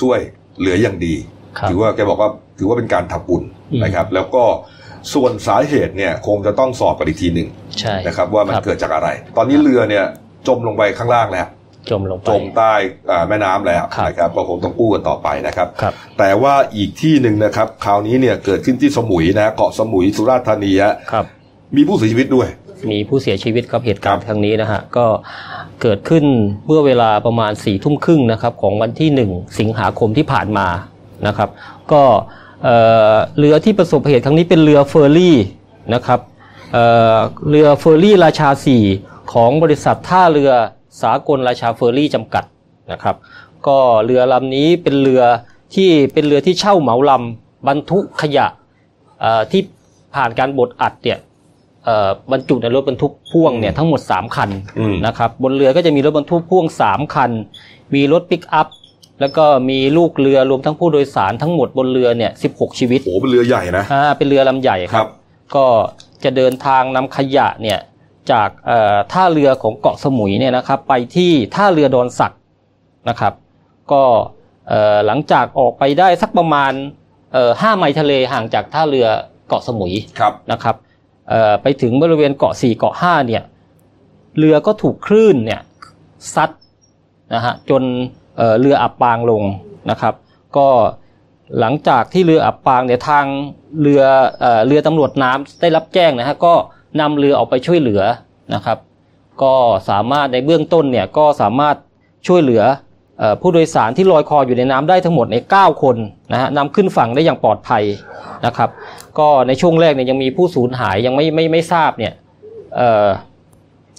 ช่วยเหลืออย่างดี
ครับ
ถือว่าแกบอกว่าถือว่าเป็นการทำบุญ
อืม
นะครับ แล้วก็ส่วนสาเหตุเนี่ยคงจะต้องสอบกันอีกทีหนึ่ง
ใช่
นะครับ ว่ามันเกิดจากอะไร ตอนนี้เรือเนี่ยจมลงไปข้างล่างแล้ว
จมลงไป
จมใต้อ่าแม่น้ำแล้ว
ครับ
นะครับก็คงต้องกู้กันต่อไปนะครับ
ครับ
แต่ว่าอีกที่หนึ่งนะครับ คราวนี้เนี่ยเกิดขึ้นที่สมุยนะเกาะสมุยสุราษฎร์ธานีฮะ
ครับ
มีผู้เสียชีวิตด้วย
มีผู้เสียชีวิตครับเหตุการ
ครั
ณ์
บ
ครั้งนี้นะฮะก็เกิดขึ้นเมื่อเวลาประมาณ4ี่ทุ่มครึ่งนะครับของวันที่ 1 สิงหาคมที่ผ่านมานะครับ ก็เอ่อเรือที่ประสบเหตุครั้งนี้เป็นเรือเฟอร์รี่นะครับเอ่อเรือเฟอร์รี่ราชา 4 ของบริษัทท่าเรือสากลราชาเฟอร์รี่จำกัดนะครับ ก็เรือลำนี้เป็นเรือที่เป็นเรือที่เช่าเหมาลำบรรทุกขยะเอ่อที่ผ่านการบดอัดเนี่ย เอ่อบรรจุในรถบรรทุกพ่วงเนี่ยทั้งหมด 3 คัน
อืม
นะครับบนเรือก็จะมีรถบรรทุกพ่วง 3 คัน มีรถปิกอัพ แล้วก็มีลูกเรือรวมทั้งผู้โดยสารทั้งหมดบนเรือเนี่ย16 ชีวิต
โอ้โหเป็นเรือใหญ่นะ
อ่าเป็นเรือลำใหญ่
ค
ค
รั
รับ บ ก็จะเดินทางนำขยะเนี่ยจากเอ่อท่าเรือของเกาะสมุยเนี่ยนะครับไปที่ท่าเรือดอนสักนะครับ ก็เอ่อหลังจากออกไปได้สักประมาณเอ่อห้าไมล์ทะเลห่างจากท่าเรือเกาะสมุย
ครับ
นะครับเอ่อไปถึงบริเวณเกาะ4เกาะ5เนี่ยเรือก็ถูกคลื่นเนี่ยซัดนะฮะจนเอ่อเรืออับปางลงนะครับก็หลังจากที่เรืออับปางเนี่ยทางเรือเอ่อเรือตำรวจน้ำได้รับแจ้งนะฮะก็นำเรือออกไปช่วยเหลือนะครับ ก็สามารถในเบื้องต้นเนี่ยก็สามารถช่วยเหลือเอ่อผู้โดยสารที่ลอยคออยู่ในน้ำได้ทั้งหมดใน 9 คนนะฮะนำขึ้นฝั่งได้อย่างปลอดภัยนะครับ ก็ในช่วงแรกเนี่ยยังมีผู้สูญหายยังไม่ไม่ไม่ทราบเนี่ยเอ่อ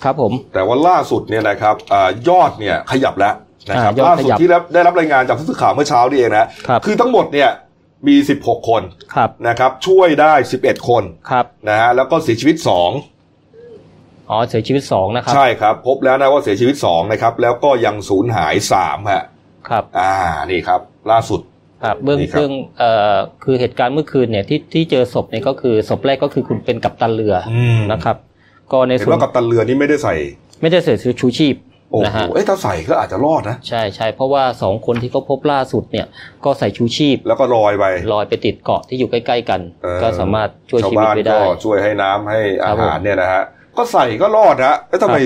ครับผม
แต่ว่าล่าสุดเนี่ยนะครับอายอดเนี่ยขยับแล้วนะครับ
อ่ายอด
ล่าสุด
ขยับ
ที่ได้ได้รับรายงานจากผู้สื่อข่าวเมื่อเช้านี่เองนะครับ อทั้งหมดเนี่ยมี 16 คน
ครับ
นะครับ ช่วยได้ 11 คน
ครับ
นะฮะแล้วก็เสียชีวิต 2
อ๋อเสียชีวิตสองนะครับ
ใช่ครับ พบแล้วนะว่าเสียชีวิต 2 นะครับ แล้วก็ยังสูญหาย 3 ฮะ
ครับ
อ่านี่ครับ ล่าสุด
ครับเบื้อง
นี่ครับ
เบื้องเอ่อคือเหตุการณ์เมื่อคืนเนี่ยที่ที่เจอศพเนี่ยก็คือศพแรกก็คือคุณเป็นกัปตันเรืออนะครับ ก็ใน
เห็น
ส่วน
ว่ากัปตันเรือนี่ไม่ได้ใส่
ไม่ได้เสียชีวิตชูชีพ
โอ้
นะ
โห
ฮะ
เอ้ยถ้าใส่ก็อาจจะรอดนะ
ใช่ใช่เพราะว่าสองคนที่เขาพบล่าสุดเนี่ยก็ใส่ชูชีพ
แล้วก็ลอยไป
ลอยไปติดเกาะที่อยู่ใกล้ ๆ กัน
เออ
ก็สามารถช่วยชีวิตไว้
ชาว
ได้
บ้านก็ช่วยให้น้ำให้อา
ครับผม
หารเนี่ยนะฮะก็ใส่ก็รอดนะแล้วทำไม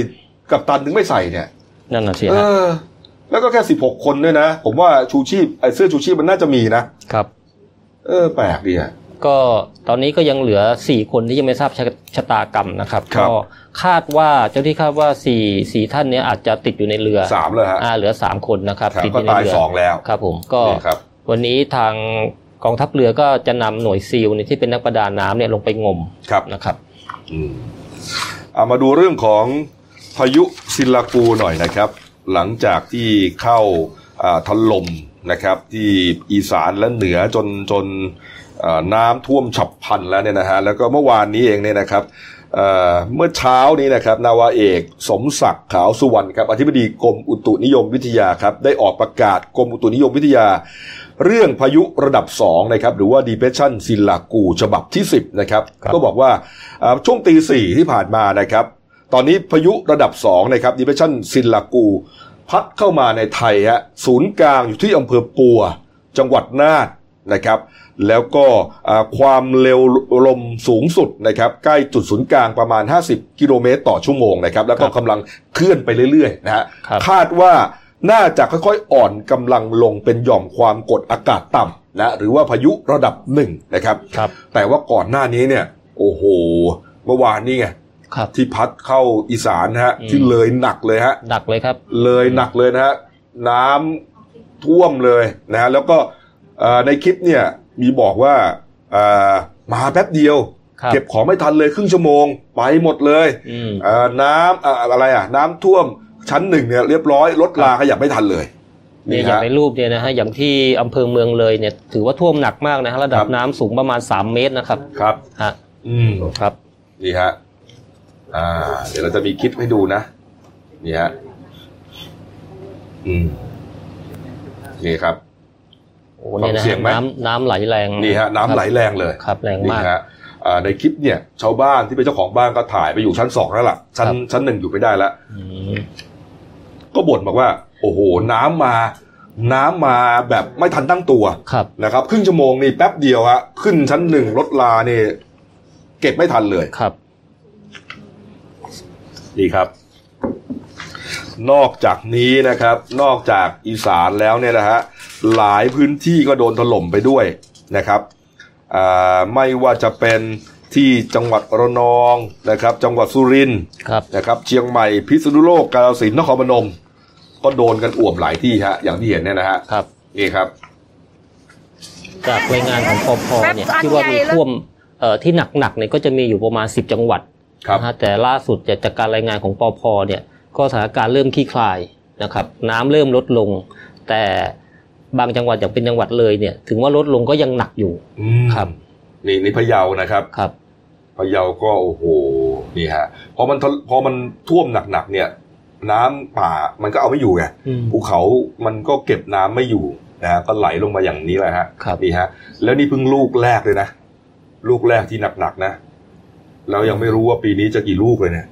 กัปตันถึงไม่ใส่เนี่ย
นั่นน่ะสิ
เอ
ฮะ
อ แล้วก็แค่สิบหกคนด้วยนะ ผมว่าชูชีพไอ้เสื้อชูชีพมันน่าจะมีนะ
ครับ
เออ แปลกดีอ่ะ
ก็ตอนนี้ก็ยังเหลือ 4 คนที่ยังไม่ทราบชะชะตากรรมนะครับ
ครับ
ก็คาดว่าเจ้าที่คาดว่า4สี่ท่านเนี้ยอาจจะติดอยู่ในเรือ
สามเลยฮะ
อ่าเหลือ 3 คนนะครับ
ครับ
ติดอ
ก็
ยู่ใน
ตาย
เรือ
สองแล้ว
ครับผมก็
นี่ครับ
วันนี้ทาง กองทัพเรือก็จะนำหน่วยซีลเนี่ยที่เป็นนักประดาน้ำเนี่ยลงไปงม
ครับ
นะครับ
อืมเอามาดูเรื่องของพายุซิลากูหน่อยนะครับ หลังจากที่เข้าอ่าถล่มนะครับ ที่อีสานและเหนือจนจนอ่าน้ำท่วมฉับพลันแล้วเนี่ยนะฮะแล้วก็เมื่อวานนี้เองเนี่ยนะครับเอ่อเมื่อเช้านี้นะครับ นาวาเอกสมศักดิ์ขาวสุวรรณครับอธิบดีกรมอุตุนิยมวิทยาครับ ได้ออกประกาศกรมอุตุนิยมวิทยา เรื่องพายุระดับ2นะครับหรือว่า depression ซิลากูฉบับที่ 10นะครับ
ครับ
ก็บอกว่าอ่าช่วงตีสี่ที่ผ่านมานะครับ ตอนนี้พายุระดับ2นะครับ depression ซิลากู พัดเข้ามาในไทยฮะศูนย์กลางอยู่ที่อำเภอปัว จังหวัดน่านนะครับ แล้วก็อ่าความเร็วลมสูงสุดนะครับ ใกล้จุดศูนย์กลางประมาณ 50 กิโลเมตรต่อชั่วโมงนะครับ แล้วก็กำลังเคลื่อนไปเรื่อยๆนะฮะ
ครับ
คาดว่าน่าจะค่อยๆ อ่อนกำลังลงเป็นหย่อมความกดอากาศต่ำนะหรือว่าพายุระดับหนึ่งนะครับ
ครับ
แต่ว่าก่อนหน้านี้เนี่ย โอ้โห เมื่อวานนี่ไง
ครับ
ที่พัดเข้าอีสานฮะ
อืม
ที่เลยหนักเลยฮะ
หนักเลยครับ
เลยหนักเลยนะฮะน้ำท่วมเลยนะฮะแล้วก็เอ่อในคลิปเนี่ยมีบอกว่าเอ่อมาแป๊บเดียว
ครับ
เก็บของไม่ทันเลยครึ่งชั่วโมงไปหมดเลย
อืม
เอ่อน้ำเอ่ออะไรอ่ะ น้ำท่วมชั้นหนึ่งเนี่ยเรียบร้อยรถลาขยับไม่ทันเลย
เนี่ยอย่า
ฮะ
งในรูปเนี่ยนะฮะอย่างที่อำเภอเมืองเลยเนี่ยถือว่าท่วมหนักมากนะฮะระดั
ครับ บ
น้ำสูงประมาณ 3 เมตรนะครับ
ครับ
ฮะ
อืม
ครับ
นี่ฮะอ่า เดี๋ยวเราจะมีคลิปให้ดูนะนี่ฮะอืมนี่ครับ
โอ้เนี่ย
ฟัง
นะ
เสีย
ฮะ
งไหม
น้ำน้ำไหลแรง
นี่ฮะน้ำไหลแรงเลย
ครับแรง
นี่
มาก
ฮะอ่าในคลิปเนี่ยชาวบ้านที่เป็นเจ้าของบ้านก็ถ่ายไปอยู่ชั้นสองแล้วล่ะ ชั้น
ครับ
ชั้นหนึ่งอยู่ไม่ได้แล้ว
อืม
ก็บ่นบอกว่า โอ้โห น้ำมา น้ำมาแบบไม่ทันตั้งตัว
ครับ
นะครับ ครึ่งชั่วโมงนี่แป๊บเดียวฮะขึ้นชั้นหนึ่งรถลาเนี่ยเก็บไม่ทันเลย
ครับ
นี่ครับ นอกจากนี้นะครับ นอกจากอีสานแล้วเนี่ยนะฮะหลายพื้นที่ก็โดนถล่มไปด้วยนะครับอ่าไม่ว่าจะเป็นที่จังหวัดระนองนะครับ จังหวัดสุรินทร์
ครับ
นะครับเชียงใหม่พิษณุโลกกาฬสินธุ์นครพนม ก็โดนกันอ่วมหลายที่ฮะอย่างที่เห็นเนี่ยนะฮะ
ครับ
นี่ครับ
จากรายงานของพอพเนี่ยที่ว่ามีท่วมเอ่อที่หนักๆเนี่ยก็จะมีอยู่ประมาณ 10 จังหวัด
ครับ
นะฮะแต่ล่าสุดเนี่ยจากการรายงานของปอพเนี่ยก็สถานการณ์เริ่มคลี่คลายนะครับ น้ำเริ่มลดลง แต่บางจังหวัดอย่างเป็นจังหวัดเลยเนี่ย ถึงว่าลดลงก็ยังหนักอยู่
อืม
ครับ
นี่นี่พะเยานะครับ
ครับ
พะเยาก็โอ้โหนี่ฮะพอมันทะพอมันท่วมหนักๆเนี่ย น้ำป่ามันก็เอาไม่อยู่ไง ภูเขามันก็เก็บน้ำไม่อยู่นะฮะก็ไหลลงมาอย่างนี้แหละฮะ
ครับ
นี่ฮะ แล้วนี่เพิ่งลูกแรกเลยนะ ลูกแรกที่หนักๆนะ เรายังไม่รู้ว่าปีนี้จะกี่ลูกเลยเนี่ย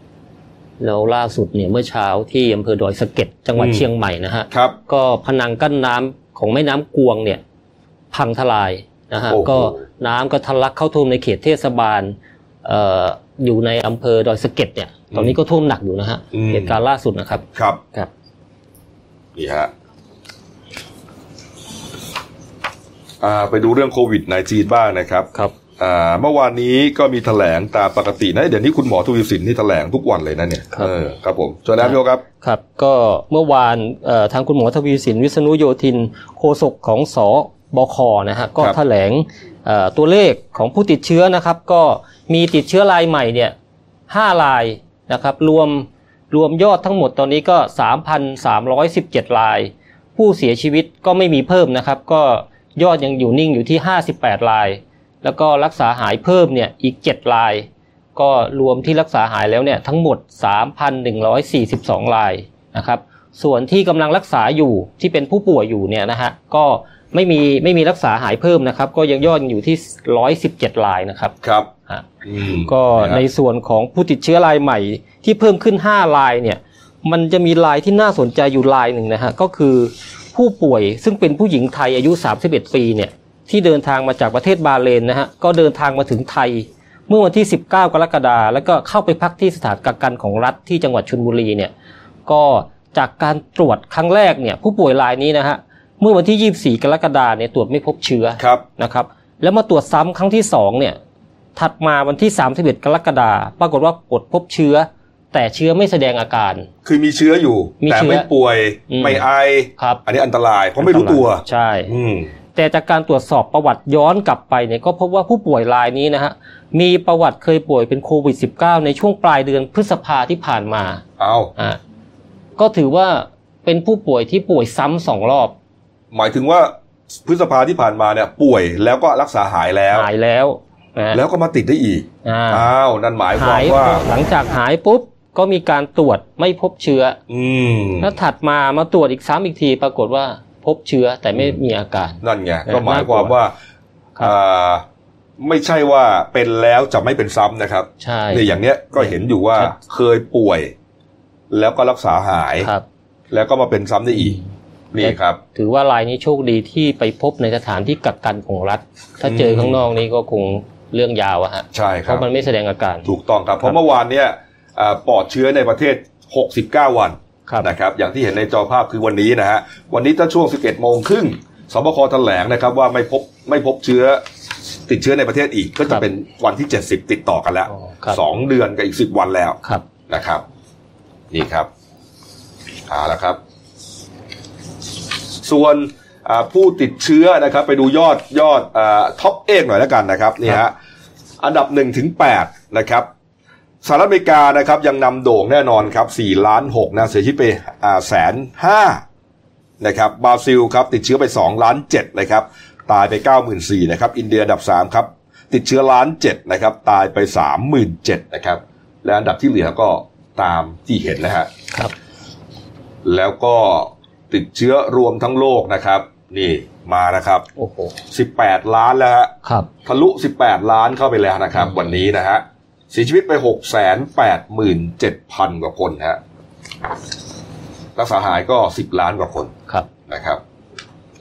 แล้วล่าสุดเนี่ยเมื่อเช้าที่อำเภอดอยสะเก็ดจังหวัด
อืม
เชียงใหม่นะฮะ
ครับ
ก็พนังกั้นน้ำของแม่น้ำกวงเนี่ยพังทลายนะฮะ
โอ้โห
ก็น้ำก็ทะลักเข้าท่วมในเขตเทศบาลเอ่ออยู่ในอำเภอดอยสะเก็ดเนี่ย ตอนนี้ก็ท่วมหนักอยู่นะฮะ
อืม
เหตุการณ์ล่าสุดนะครับ
ครับ
ครับ
นี่ฮะอ่าไปดูเรื่องโควิด -19 บ้างนะครับ
ครับ
อ่าเมื่อวานนี้ก็มีแถลงตามปกตินะเดี๋ยวนี้คุณหมอทวีสินนี่แถลงทุกวันเลยนะเนี่ยเออครับผมเชิญแล้วพี่โอครับ
ครับก็เมื่อวานเอ่อทางคุณหมอทวีสินวิษณุโยธินโฆษกของสบคนะฮะก็
ครับ
แถลงเอ่อตัวเลขของผู้ติดเชื้อนะครับ ก็มีติดเชื้อรายใหม่เนี่ยห้ารายนะครับรวมรวมยอดทั้งหมดตอนนี้ก็ 3,317 ราย ผู้เสียชีวิตก็ไม่มีเพิ่มนะครับ ก็ยอดยังอยู่นิ่งอยู่ที่ 58 ราย แล้วก็รักษาหายเพิ่มเนี่ยอีก 7 ราย ก็รวมที่รักษาหายแล้วเนี่ยทั้งหมด 3,142 รายนะครับ ส่วนที่กำลังรักษาอยู่ที่เป็นผู้ป่วยอยู่เนี่ยนะฮะก็ไม่มีไม่มีรักษาหายเพิ่มนะครับ ก็ยังยอดอยู่ที่ 117 รายนะครับ
ครับ
ฮะ
อืม
ก็
ะฮะ
ในส่วนของผู้ติดเชื้อรายใหม่ที่เพิ่มขึ้น 5 รายเนี่ยมันจะมีรายที่น่าสนใจอยู่รายหนึ่งนะฮะก็คือผู้ป่วยซึ่งเป็นผู้หญิงไทยอายุ 31 ปีเนี่ยที่เดินทางมาจากประเทศบาเลนนะฮะก็เดินทางมาถึงไทย เมื่อวันที่ 19 กรกฎาคมแล้วก็เข้าไปพักที่สถานกักกันของรัฐที่จังหวัดชลบุรีเนี่ยก็จากการตรวจครั้งแรกเนี่ยผู้ป่วยรายนี้นะฮะเมื่อวันที่ 24 กรกฎาคมเนี่ยตรวจไม่พบเชื้อ
ครับ
นะครับแล้วมาตรวจซ้ำครั้งที่2เนี่ยถัดมาวันที่ 31 กรกฎาคมปรากฏว่าผลพบเชื้อ แต่เชื้อไม่แสดงอาการ
คือมีเชื้ออยู่
มี
แต่
เชื้อ
ไม่ป่วย
อืม
ไม่ไอ
ครับ
อันนี้อันตรายเพราะไม่รู้ตัว
ใช่
อืม
แต่จากการตรวจสอบประวัติย้อนกลับไปเนี่ยก็พบว่าผู้ป่วยรายนี้นะฮะมีประวัติเคยป่วยเป็นโควิด -19 ในช่วงปลายเดือนพฤษภาที่ผ่านมา
เอา
อ่าก็ถือว่าเป็นผู้ป่วยที่ป่วยซ้ำสองรอบ
หมายถึงว่าพฤษภาที่ผ่านมาเนี่ยป่วยแล้วก็รักษาหายแล้ว
หายแล้วนะฮะ
แล้วก็มาติดได้อีก
อ่า
อ้าวนั่นหมายควา
หาม ย
ว่า
หลังจากหายปุ๊บก็มีการตรวจไม่พบเชื้อ
อืม
แล้วถัดมามาตรวจอีกซ้ำอีกทีปรากฏว่าพบเชื้อแต่ไม่มีอาการ
นั่นไง
เออ
ก็หมายความว่า
ครับ
อ่าไม่ใช่ว่าเป็นแล้วจะไม่เป็นซ้ำนะครับ
ใช่
เนี่ยอย่างเนี้ยก็เห็นอยู่ว่าเคยป่วย แล้วก็รักษาหาย
ครับ
แล้วก็มาเป็นซ้ำได้อีก นี่ครับ
ถือว่ารายนี้โชคดีที่ไปพบในสถานที่กักกันของรัฐ ถ้าเจอข้างนอกนี่ก็คงเรื่องยาวอะฮะ
ใช่ค
เพ
รับ
ราะมันไม่แสดงอาการ
ถูกต้องครับ เพราะเมื่อวานเนี่ยอ่าปลอดเชื้อในประเทศ 69 วัน
ครับ
นะครับ อย่างที่เห็นในจอภาพคือวันนี้นะฮะ วันนี้ตั้งช่วง 11โมงครึ่งสบคแถลงนะครับว่าไม่พบไม่พบเชื้อติดเชื้อในประเทศอีก ก็
ครั
จะ
บ
เป็นวันที่ 70 ติดต่อกันแล้ว
อ๋อครับ
สองเดือนกับอีก 10 วันแล้ว
ครับ
นะครับ นี่ครับเอาละครับ ส่วนอ่าผู้ติดเชื้อนะครับ ไปดูยอดยอดท็อปเอกหน่อยแล้วกันนะครับนี่ฮะอันดับ1ถึง8นะครับสหรัฐอเมริกานะครับยังนำโด่งแน่นอนครับ4ล้าน6นะเสียชีวิตไปแสนห้า150,000นะครับบราซิลครับติดเชื้อไป 2 ล้าน7นะครับตายไป 94,000นะครับอินเดียอันดับ 3 ครับ ติดเชื้อล้าน7นะครับตายไป 37,000นะครับและอันดับที่เหลือก็ตามที่เห็นนะฮะ
ครับ
แล้วก็ติดเชื้อรวมทั้งโลกนะครับ นี่มานะครับ
โอ้โห
18 ล้านแล้วฮะ
ครับ
ทะลุ 18 ล้านเข้าไปแล้วนะครับ วันนี้นะฮะเสียชีวิตไป 6 8 7 0 0 0 กว่าคนฮะรักษาหายก็ 10 ล้านกว่าคน
ครับ
นะครับ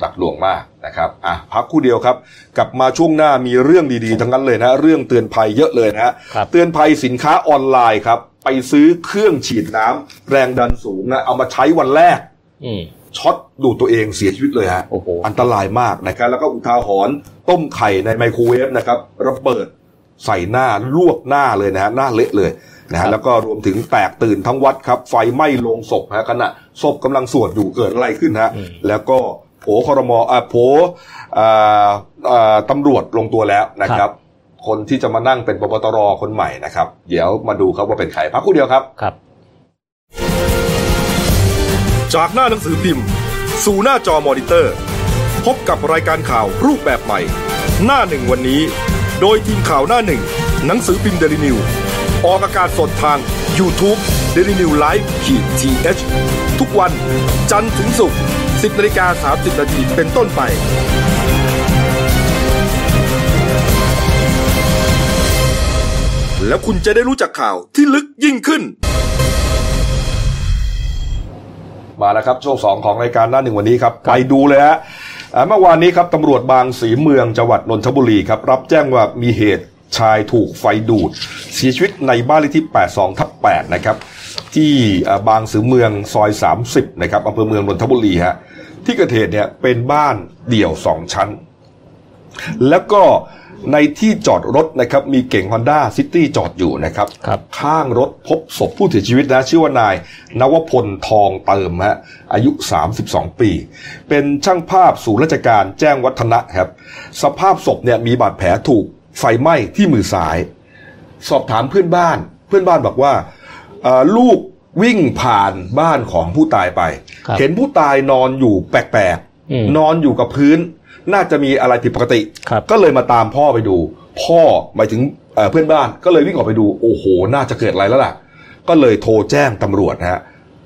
หลักหลวงมากนะครับอ่ะพักครู่เดียวครับ กลับมาช่วงหน้ามีเรื่องดีๆ ทั้งนั้นเลยนะ เรื่องเตือนภัยเยอะเลยนะฮะ
ครับ
เตือนภัยสินค้าออนไลน์ครับ ไปซื้อเครื่องฉีดน้ำแรงดันสูงนะเอามาใช้วันแรก
อืม
ช็อตดูดตัวเองเสียชีวิตเลยฮะ
โอ้โห
นตรายมากนะครับ แล้วก็อุทาหรณ์ต้มไข่ในไมโครเวฟนะครับระเบิดใส่หน้าลวกหน้าเลยนะฮะหน้าเละเลยนะฮะแล้วก็รวมถึงแตกตื่นทั้งวัดครับ ไฟไหม้โลงศพฮะขณะศพกำลังสวดอยู่เกิดอะไรขึ้นฮะแล้วก็โผครมอ่าโผอ่าอ่าตำรวจลงตัวแล้วนะครับ คนที่จะมานั่งเป็นปปตรคนใหม่นะครับ เดี๋ยวมาดูครับว่าเป็นใครพักครู่เดียวครับ
ครับ
จากหน้าหนังสือพิมพ์ สู่หน้าจอมอนิเตอร์ พบกับรายการข่าวรูปแบบใหม่ หน้าหนึ่งวันนี้ โดยทีมข่าวหน้าหนึ่ง หนังสือพิมพ์เดลิวิวออกอากาศสดทาง YouTube d e l i n e w l i v e ขีดทีเทุกวันจันทร์ถึงศุกร์10นาฬิกา30นาทีเป็นต้นไป แล้วคุณจะได้รู้จักข่าวที่ลึกยิ่งขึ้น มาแล้วครับช่วงสองของรายการหน้าหนึ่งวันนี้ครับ ไปดูเลยฮะอ่าเมื่อวานนี้ครับตำรวจบางสีเมืองจังหวัดนนทบุรีครับ รับแจ้งว่ามีเหตุชายถูกไฟดูด เสียชีวิตในบ้านเลขที่ 82ทับ8นะครับ ที่อ่าบางสีเมืองซอย 30 นะครับอำเภอเมืองนนทบุรีฮะที่เกิดเหตุเนี่ยเป็นบ้านเดี่ยว 2 ชั้น แล้วก็ในที่จอดรถนะครับมีเก่ง Honda City จอดอยู่นะครับ
ครับ
ข้างรถพบศพผู้เสียชีวิตนะชื่อว่านาย นวพลทองเติมฮะอายุ 32 ปี เป็นช่างภาพศูนย์ราชการแจ้งวัฒนะครับ สภาพศพเนี่ยมีบาดแผลถูกไฟไหม้ที่มือซ้าย สอบถามเพื่อนบ้าน เพื่อนบ้านบอกว่าเอ่อลูกวิ่งผ่านบ้านของผู้ตายไป
ครับ
เห็นผู้ตายนอนอยู่แปลก
อืม
ๆนอนอยู่กับพื้น น่าจะมีอะไรผิดปกติ
ครับ
ก็เลยมาตามพ่อไปดู พ่อหมายถึงเอ่อเพื่อนบ้านก็เลยวิ่งออกไปดูโอ้โห น่าจะเกิดอะไรแล้วล่ะ ก็เลยโทรแจ้งตำรวจนะฮะ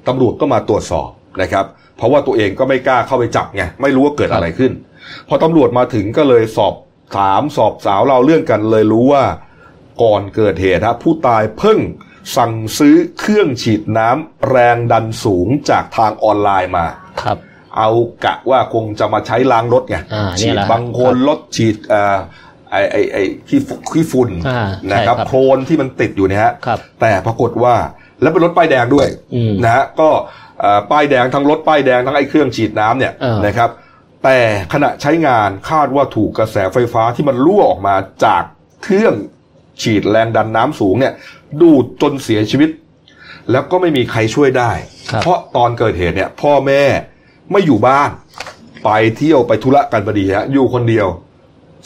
ตำรวจก็มาตรวจสอบนะครับ เพราะว่าตัวเองก็ไม่กล้าเข้าไปจับไงไม่รู้ว่าเกิดอะไรขึ้น พอตำรวจมาถึงก็เลยสอบถามสอบสาวเราเรื่องกันเลยรู้ว่าก่อนเกิดเหตุฮะผู้ตายเพิ่งสั่งซื้อเครื่องฉีดน้ำแรงดันสูงจากทางออนไลน์มา
ครับ
เอากะว่าคงจะมาใช้ล้างรถไง
อ่าเนี่
ฉี
ย
ด
แหละ
บางคนรถฉีดเอ่อไอไอไอขี้ฝุ่นขี้ฝุ่น
อ่าใช่
นะครับ
ครับ
โคลนที่มันติดอยู่เนี่ยฮะ
ครับ
แต่ปรากฏว่าแล้วเป็นรถป้ายแดงด้วย
อืม
นะฮะก็เอ่อป้ายแดงทั้งรถป้ายแดงทั้งไอเครื่องฉีดน้ำเนี่ย
เออ
นะครับ แต่ขณะใช้งานคาดว่าถูกกระแสไฟฟ้าที่มันรั่วออกมาจากเครื่องฉีดแรงดันน้ำสูงเนี่ย ดูดจนเสียชีวิต แล้วก็ไม่มีใครช่วยได้
ครับ
เพราะตอนเกิดเหตุเนี่ย พ่อแม่ไม่อยู่บ้าน ไปเที่ยวไปธุระกันพอดีฮะอยู่คนเดียว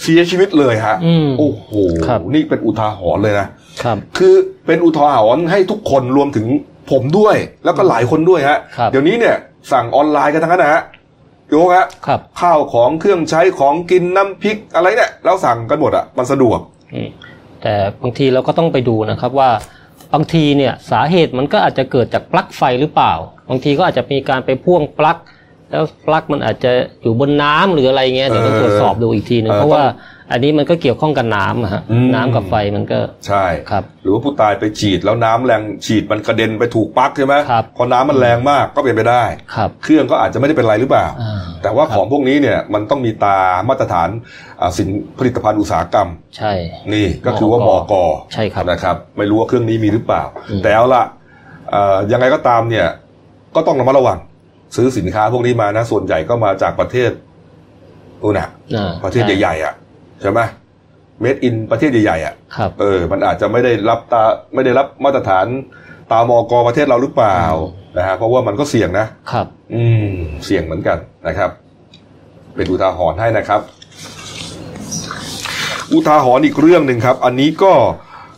เสียชีวิตเลยฮะ
อืม
โอ้โห
ครับ
นี่เป็นอุทาหรณ์เลยนะ
ครับ
คือเป็นอุทาหรณ์ให้ทุกคนรวมถึงผมด้วย แล้วก็หลายคนด้วยฮะ
ครับ
เดี๋ยวนี้เนี่ยสั่งออนไลน์กันทั้งนั้นนะฮะโยกฮะ
ครับ
ข้าวของเครื่องใช้ของกินน้ำพริกอะไรเนี่ยเราสั่งกันหมดอะมันสะดวก
อืมแต่บางทีเราก็ต้องไปดูนะครับว่าบางทีเนี่ยสาเหตุมันก็อาจจะเกิดจากปลั๊กไฟหรือเปล่า บางทีก็อาจจะมีการไปพ่วงปลั๊กแล้วปลั๊กมันอาจจะอยู่บนน้ำหรืออะไรเงี้ยเดี๋ยวต้อง
เออ
ตรวจสอบดูอีกทีหนึง
เออ
เพราะว่าอันนี้มันก็เกี่ยวข้องกับน้ำอะฮะ
อืม
น้ำกับไฟมันก็
ใช่
ครับ
หรือว่าผู้ตายไปฉีดแล้วน้ำแรงฉีดมันกระเด็นไปถูกปลั๊กใช่ไหม
ครับ
พอน้ำมันแรงมากก็เป็นไปได้
ครับ
เครื่องก็อาจจะไม่ได้เป็นไรหรือเปล่า
อ่า
แต่ว่าของพวกนี้เนี่ยมันต้องมีตามาตรฐานอ่าสินผลิตภัณฑ์อุตสาหกรรม
ใช่
นี่ก็คือว่าม
ก
ก
ใช่ครับ
นะครับ ไม่รู้ว่าเครื่องนี้มีหรือเปล่า
อืม
แต่เอาละเอ่อยังไงก็ตามเนี่ย ก็ต้องระมัดระวัง ซื้อสินค้าพวกนี้มานะ ส่วนใหญ่ก็มาจากประเทศอูนน่ะ
อ่า
ประเทศใหญ่ๆอ่ะใช่ไหมเมดอินประเทศใหญ่ๆอ่ะ
ครับ
เออ มันอาจจะไม่ได้รับตาไม่ได้รับมาตรฐานตามอกประเทศเราหรือเปล่านะฮะเพราะว่ามันก็เสี่ยงนะ
ครับ
อืม เสี่ยงเหมือนกันนะครับ เป็นอุทาหรณ์ให้นะครับ อุทาหรณ์อีกเรื่องหนึ่งครับ อันนี้ก็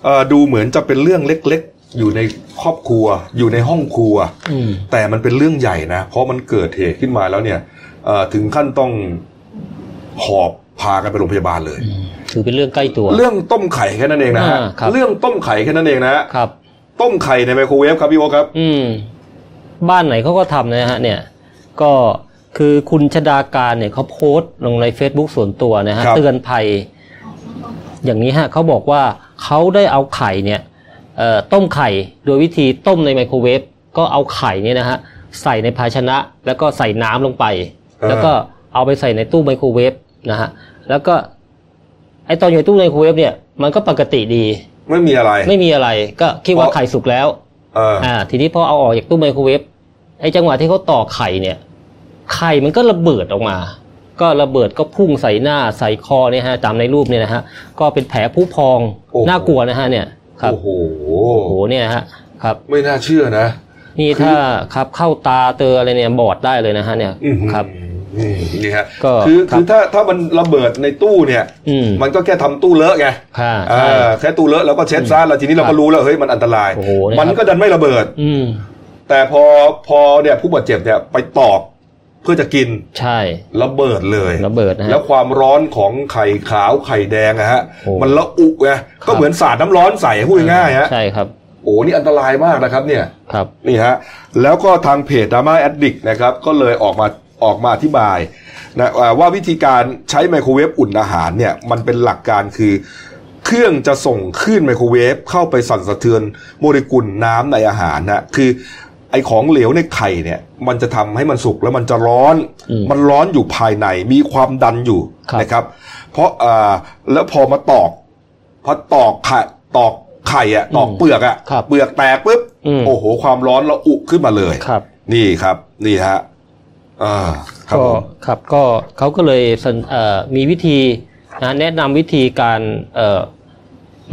เอ่อดูเหมือนจะเป็นเรื่องเล็กๆ อยู่ในครอบครัว อยู่ในห้องครัว
อืม
แต่มันเป็นเรื่องใหญ่นะ เพราะมันเกิดเหตุขึ้นมาแล้วเนี่ยเอ่อถึงขั้นต้องหอบพากันไปโรงพยาบาลเลย
ถือเป็นเรื่องใกล้ตัว
เรื่องต้มไข่แค่นั้นเองนะฮะ
อ่าครับ
เรื่องต้มไข่แค่นั้นเองนะฮะ
ครับ
ต้มไข่ในไมโครเวฟครับพี่โอคครับ
อืม บ้านไหนเขาก็ทำนะฮะ เนี่ย ก็คือคุณชดาการเนี่ยเขาโพสต์ลงใน Facebook ส่วนตัวนะฮะ
ครับ
เตือนภัย อย่างนี้ฮะเขาบอกว่าเขาได้เอาไข่เนี่ยเอ่อต้มไข่โดยวิธีต้มในไมโครเวฟก็เอาไข่เนี่ยนะฮะใส่ในภาชนะแล้วก็ใส่น้ำลงไป แล้วก็เอาไปใส่ในตู้ไมโครเวฟนะฮะแล้วก็ไอตอนอยู่ในตู้ไมโครเวฟเนี่ยมันก็ปกติดี
ไม่มีอะไร
ไม่มีอะไรก็คิดว่า
เพราะ
ไข่สุกแล้ว
เออ
อ่าทีนี้พอเอาออกจากตู้ไมโครเวฟไอ้จังหวะที่เขาต่อไข่เนี่ย ไข่มันก็ระเบิดออกมา ก็ระเบิดก็พุ่งใส่หน้าใส่คอเนี่ยฮะตามในรูปเนี่ยนะฮะก็เป็นแผลผู้พองน่ากลัวนะฮะเนี่ยครับ
โอ้โห
โอ้โหเนี่ยฮะครับ
ไม่น่าเชื่อนะ
นี่ถ้าครับเข้าตาเตออะไรเนี่ยบอดได้เลยนะฮะเนี่ย
อื้อหือ
ครับ
นี่นี่ฮะ
ก็
คือ
ครับ
คือถ้าถ้ามันระเบิดในตู้เนี่ย
อืม
มันก็แค่ทำตู้เลอะไง
ค่ะ
อ่
ใช่
าแค่ตู้เลอะแล้วก็เช็ดซะแล้วทีนี้เรา
ครั
ก็
บ
รู้แล้วเฮ้ยมันอันตราย
โอ้โหนะครับ
มันก็ดันไม่ระเบิด
อืม
แต่พอพอเนี่ยผู้บาดเจ็บเนี่ยไปตอกเพื่อจะกิน
ใช่
ระเบิดเลย
ระเบิดนะฮะ
แล้วความร้อนของไข่ขาวไข่แดงอะฮะ
โอ้
มันละอุไง
ครั
ก็
บ
เหมือนสาดน้ำร้อนใส่พูดง่ายๆฮะ
ใช่ครับ
โอ้นี่อันตรายมากนะครับเนี่ย
ครับ
นี่ฮะแล้วก็ทางเพจ Drama Addict นะครับก็เลยออกมาออกมาอธิบายนะเอ่อว่าวิธีการใช้ไมโครเวฟอุ่นอาหารเนี่ยมันเป็นหลักการคือ เครื่องจะส่งคลื่นไมโครเวฟเข้าไปสั่นสะเทือนโมเลกุลน้ำในอาหารนะคือไอของเหลวในไข่เนี่ยมันจะทำให้มันสุกแล้วมันจะร้อน
อืม
มันร้อนอยู่ภายในมีความดันอยู่
ครับ
นะครับเพราะอ่าแล้วพอมาตอกพอตอกไข่ตอกไข่อะตอกเปลือกอะ
ครับ
เปลือกแตกปุ๊บ
อืม
โอ้โห ความร้อนระอุขึ้นมาเลย
ครับ
นี่ครับ นี่ฮะอ่าครับ
ก็
ผม
ครับก็เขาก็เลยเสนเอ่อมีวิธีนะแนะนำวิธีการเอ่อ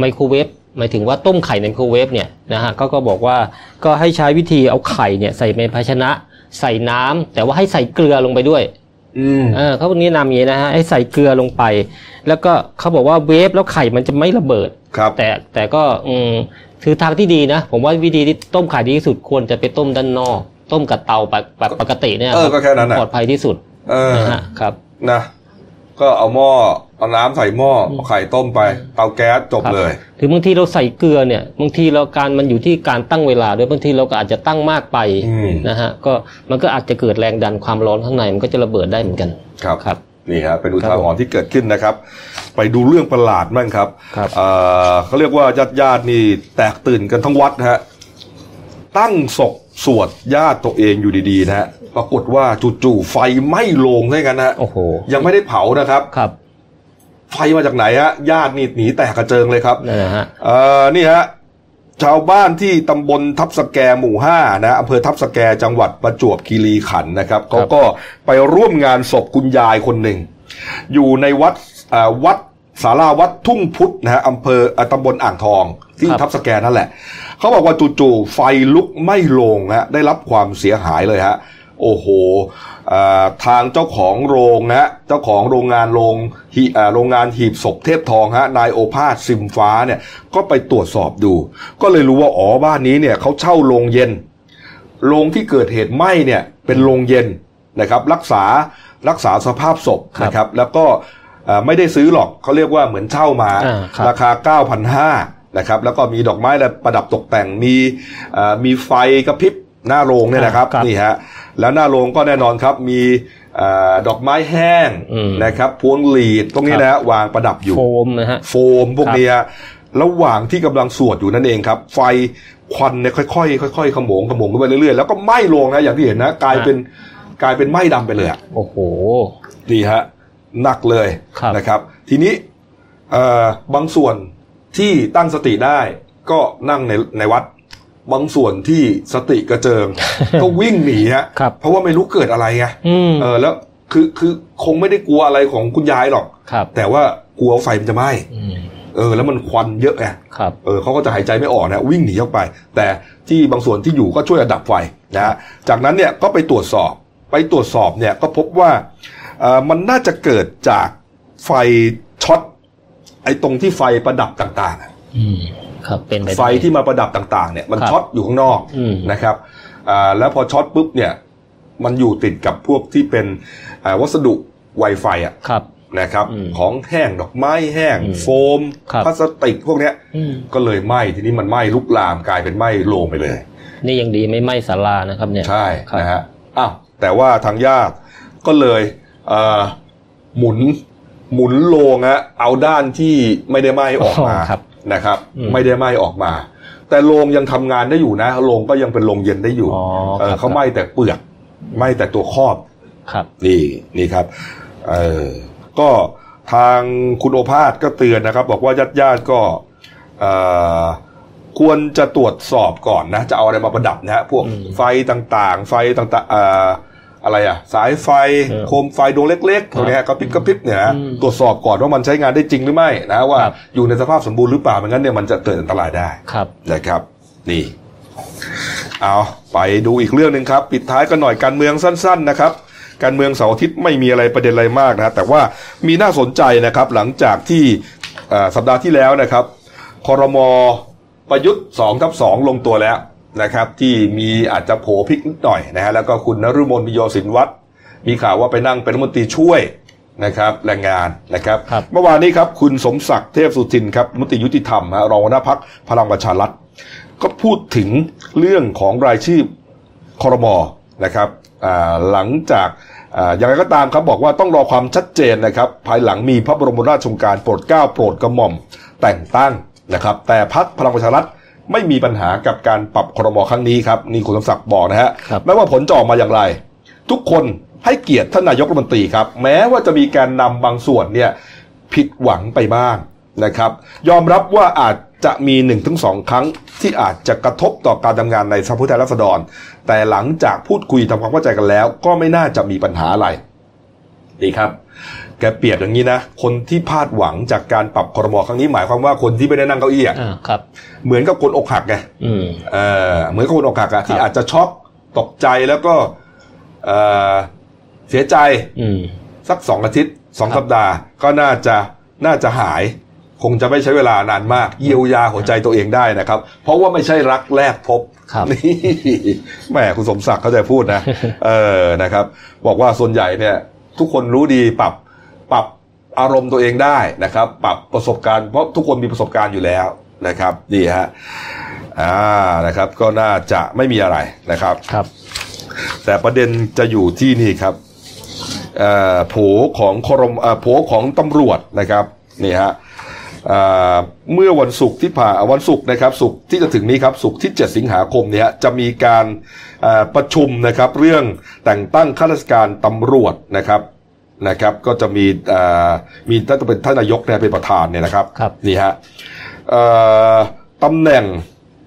ไมโครเวฟหมายถึงว่าต้มไข่ในไมโครเวฟเนี่ยนะฮะก็ก็บอกว่าก็ให้ใช้วิธีเอาไข่เนี่ยใส่ในภาชนะใส่น้ำแต่ว่าให้ใส่เกลือลงไปด้วย
อืม
เออเขาแนะนำอย่างนี้นะฮะให้ใส่เกลือลงไป แล้วก็เขาบอกว่าเวฟแล้วไข่มันจะไม่ระเบิด
ครับ
แต่แต่ก็อืมคือทางที่ดีนะ ผมว่าวิธีที่ต้มไข่ดีที่สุดควรจะไปต้มด้านนอก ต้มกับเตาแบบแบบปกติเนี่ย
เออ
รับ
ก็แค่นั้นน่ะ
ปลอดภัยที่สุด
เออ
นะฮะครับ
นะ ก็เอาหม้อ เอาน้ำใส่หม้อเอาไข่ต้มไป เตาแก๊สจบ
ครับ
เลย
หรือบางทีเราใส่เกลือเนี่ยบางทีเราการมันอยู่ที่การตั้งเวลาด้วยบางทีเราก็อาจจะตั้งมากไป
อืม
นะฮะก็มันก็อาจจะเกิดแรงดันความร้อนข้างในมันก็จะระเบิดได้เหมือนกัน
ครับ
ครับ
นี่ฮะเป็นอุทาหรณ์ที่เกิดขึ้นนะครับ ไปดูเรื่องประหลาดมั่งครับ
ครับ
เอ่อเขาเรียกว่าญาติญาติๆนี่แตกตื่นกันทั้งวัดนะฮะ ตั้งศพสวดญาติตัวเองอยู่ดีๆนะฮะ ปรากฏว่าจู่ๆไฟไหม้โลงได้กันนะฮะ
โอ้โห
ยังไม่ได้เผานะครับ
ครับ
ไฟมาจากไหนฮะญาตินี่หนีแตกกระเจิงเลยครับ
นั่นนะฮะ
เอ่อนี่ฮะชาวบ้านที่ตำบลทับสแกหมู่ห้านะอำเภอทับสแกจังหวัดประจวบคีรีขันธ์นะครับเขาก็ไปร่วมงานศพคุณยายคนหนึ่ง อยู่ในวัดเอ่อวัดสาราวัดทุ่งพุทธนะฮะอำเภอเอ่อตำบลอ่างทอง ที่
ครับ
ทับสแกนั่นแหละ เขาบอกว่าจู่ๆไฟลุกไหม้โลงฮะได้รับความเสียหายเลยฮะ โอ้โหอ่าทางเจ้าของโรงนะฮะเจ้าของโรงงานโรงหิอ่าโรงงานหีบศพเทพทองฮะนายโอภาสซิมฟ้าเนี่ยก็ไปตรวจสอบดู ก็เลยรู้ว่าอ๋อบ้านนี้เนี่ยเขาเช่าโรงเย็น โรงที่เกิดเหตุไหม้เนี่ยเป็นโรงเย็นนะครับรักษารักษาสภาพศพ
ครับ
นะครับแล้วก็เอ่อไม่ได้ซื้อหรอกเขาเรียกว่าเหมือนเช่ามา
อ่าครับ
ราคา 9,500นะครับแล้วก็มีดอกไม้และประดับตกแต่งมีเอ่อมีไฟกระพริบหน้าโรงเนี่ยนะครับ
ครับ
นี่ฮะแล้วหน้าโรงก็แน่นอนครับมีเออดอกไม้แห้ง
อืม
นะครับพวงหลีดพวกนี้
ครับ
นะฮะวางประดับอยู่
โฟมนะฮะ
โฟมพวกเนี้ยระหว่างที่กำลังสวดอยู่นั่นเองครับ ไฟควันเนี่ยค่อยๆค่อยๆขโมงขโมงขึ้นไปเรื่อยๆแล้วก็ไหม้ลงนะอย่างที่เห็นนะ กลาย
ฮะ
เป็นกลายเป็นไหม้ดำไปเลยอะ
โอ้โห
นี่ฮะหนักเลย
ครับ
นะครับ ทีนี้เอ่อบางส่วนที่ตั้งสติได้ก็นั่งในในวัด บางส่วนที่สติกระเจิ ง ก็วิ่งหนีฮะ
ครับ
เพราะว่าไม่รู้เกิดอะไรไง
อืม
เออแล้วคือคือคงไม่ได้กลัวอะไรของคุณยายหรอก
ครับ
แต่ว่ากลัวไฟมันจะไหม้
อืม
เออแล้วมันควันเยอะไง
ครับ
เออเขาก็จะหายใจไม่ออกนะวิ่งหนีออกไป แต่ที่บางส่วนที่อยู่ก็ช่วยกันดับไฟนะฮะจากนั้นเนี่ยก็ไปตรวจสอบไปตรวจสอบเนี่ยก็พบว่าเอ่อมันน่าจะเกิดจากไฟช็อตไอ้ตรงที่ไฟประดับต่างๆอะ
อืมครับเป็นไปด้
ไฟที่มาประดับต่างๆเนี่ยมัน
ครับ
ช็อตอยู่ข้างนอก
อืม
นะครับอ่าแล้วพอช็อตปุ๊บเนี่ยมันอยู่ติดกับพวกที่เป็นอ่าวัสดุไวไฟอ่ะ
ครับ
นะครับ
อืม
ของแห้งดอกไม้แห้ง
อืม
โฟม
ครับ
พลาสติกพวกเนี้ย
อืม
ก็เลยไหม้ทีนี้มันไหม้ลุกลามกลายเป็นไหม้โลงไปเลย
นี่ยังดีไม่ไหม้ศาลานะครับ เนี่ย
ใช่
ครับ
นะฮะอ้าวแต่ว่าทางญาติก็เลยเอ่อหมุนหมุนโลงฮะเอาด้านที่ไม่ได้ไหม้ออกมา
ครับ
นะครับ
อืม
ไม่ได้ไหม้ออกมา แต่โลงยังทำงานได้อยู่นะโลงก็ยังเป็นโลงเย็นได้อยู่
อ๋อ
เอ่อเขาไหม้แต่เปลือกไหม้แต่ตัวครอบ
ครับ
นี่นี่ครับเออก็ทางคุณโอภาสก็เตือนนะครับ บอกว่าญาติญาติๆก็เอ่อควรจะตรวจสอบก่อนนะ จะเอาอะไรมาประดับนะฮะพวก
อืม
ไฟต่างๆ ไฟต่างๆเอ่ออะไรอะสายไฟ
เออ
โคมไฟดวงเล็กๆตัวกเนี้ยกระพริบกระพริบเนี่ยนะ
อืม
ตรวจสอบก่อนว่ามันใช้งานได้จริงหรือไม่นะว่า
ครับ
อยู่ในสภาพสมบูรณ์หรือเปล่าไม่งั้นเนี่ยมันจะเกิดอันตรายได้
ครับ
นะครับนี่เอาไปดูอีกเรื่องหนึ่งครับ ปิดท้ายกันหน่อยการเมืองสั้น ๆนะครับ การเมืองเสาร์อาทิตย์ไม่มีอะไรประเด็นอะไรมากนะแต่ว่ามีน่าสนใจนะครับ หลังจากที่เอ่อสัปดาห์ที่แล้วนะครับคอรมอประยุทธ์2ทับ2ลงตัวแล้วนะครับ ที่มีอาจจะโผพลิกนิดหน่อยนะฮะแล้วก็คุณนรุมนมิโยสินวัตรมีข่าวว่าไปนั่งเป็นรัฐมนตรีช่วยนะครับแรงงานนะครับ
ครับ
เมื่อวานนี้ครับคุณสมศักดิ์เทพสุทินครับรัฐมนตรียุติธรรมฮะรองหัวหน้าพักพลังประชารัฐ ก็พูดถึงเรื่องของรายชื่อคอรมอนะครับอ่าหลังจากอ่าอย่างไรก็ตามครับบอกว่าต้องรอความชัดเจนนะครับ ภายหลังมีพระบรมราชโองการโปรดเกล้าโปรดกระหม่อมแต่งตั้งนะครับ แต่พักพลังประชารัฐไม่มีปัญหากับการปรับครมครั้งนี้ครับนี่คุณสมศักดิ์บอกนะฮะ
ครับ
ไม่ว่าผลจะออกมาอย่างไร ทุกคนให้เกียรติท่านนายกรัฐมนตรีครับ แม้ว่าจะมีการนำบางส่วนเนี่ยผิดหวังไปบ้างนะครับ ยอมรับว่าอาจจะมี1นถึงสครั้งที่อาจจะกระทบต่อการทำงานในสภาผู้แทนราษฎร แต่หลังจากพูดคุยทำความเข้าใจกันแล้ว ก็ไม่น่าจะมีปัญหาอะไรดีครับ แกเปรียบอย่างนี้นะ คนที่พลาดหวังจากการปรับครมครั้งนี้หมายความว่าคนที่ไม่ได้นั่งเก้าอี้อะ
อ่าครับ
เหมือนกับคนอกหักไง
อืม
เอ่อเหมือนกับคนอกหักอะที่
ครับ
อาจจะช็อกตกใจแล้วก็เอ่อเสียใจ
อืม
สักสองอาทิตย์สอง
ครับ
สัปดาห์ ก็น่าจะน่าจะหาย คงจะไม่ใช้เวลานานมาก เยียวยาหัวใจตัวเองได้นะครับ เพราะว่าไม่ใช่รักแรกพบ
ครับ
นี่ แหมคุณสมศักดิ์เขาจะพูด นะ เออนะครับ บอกว่าส่วนใหญ่เนี่ย ทุกคนรู้ดีปรับปรับอารมณ์ตัวเองได้นะครับ ปรับประสบการณ์เพราะทุกคนมีประสบการณ์อยู่แล้วนะครับนี่ฮะอ่านะครับ ก็น่าจะไม่มีอะไรนะครับ
ครับ
แต่ประเด็นจะอยู่ที่นี่ครับเอ่อโผของครมเอ่อโผของตำรวจนะครับนี่ฮะเอ่อเมื่อวันศุกร์ที่ผ่านวันศุกร์นะครับศุกร์ที่จะถึงนี้ครับศุกร์ที่ 7 สิงหาคมเนี่ยจะมีการเอ่อประชุมนะครับ เรื่องแต่งตั้งข้าราชการตำรวจนะครับนะครับก็จะมีเอ่อมีท่านเป็นท่านนายกเนี่ยเป็นประธานเนี่ยนะครับ
ครับ
นี่ฮะเอ่อตำแหน่ง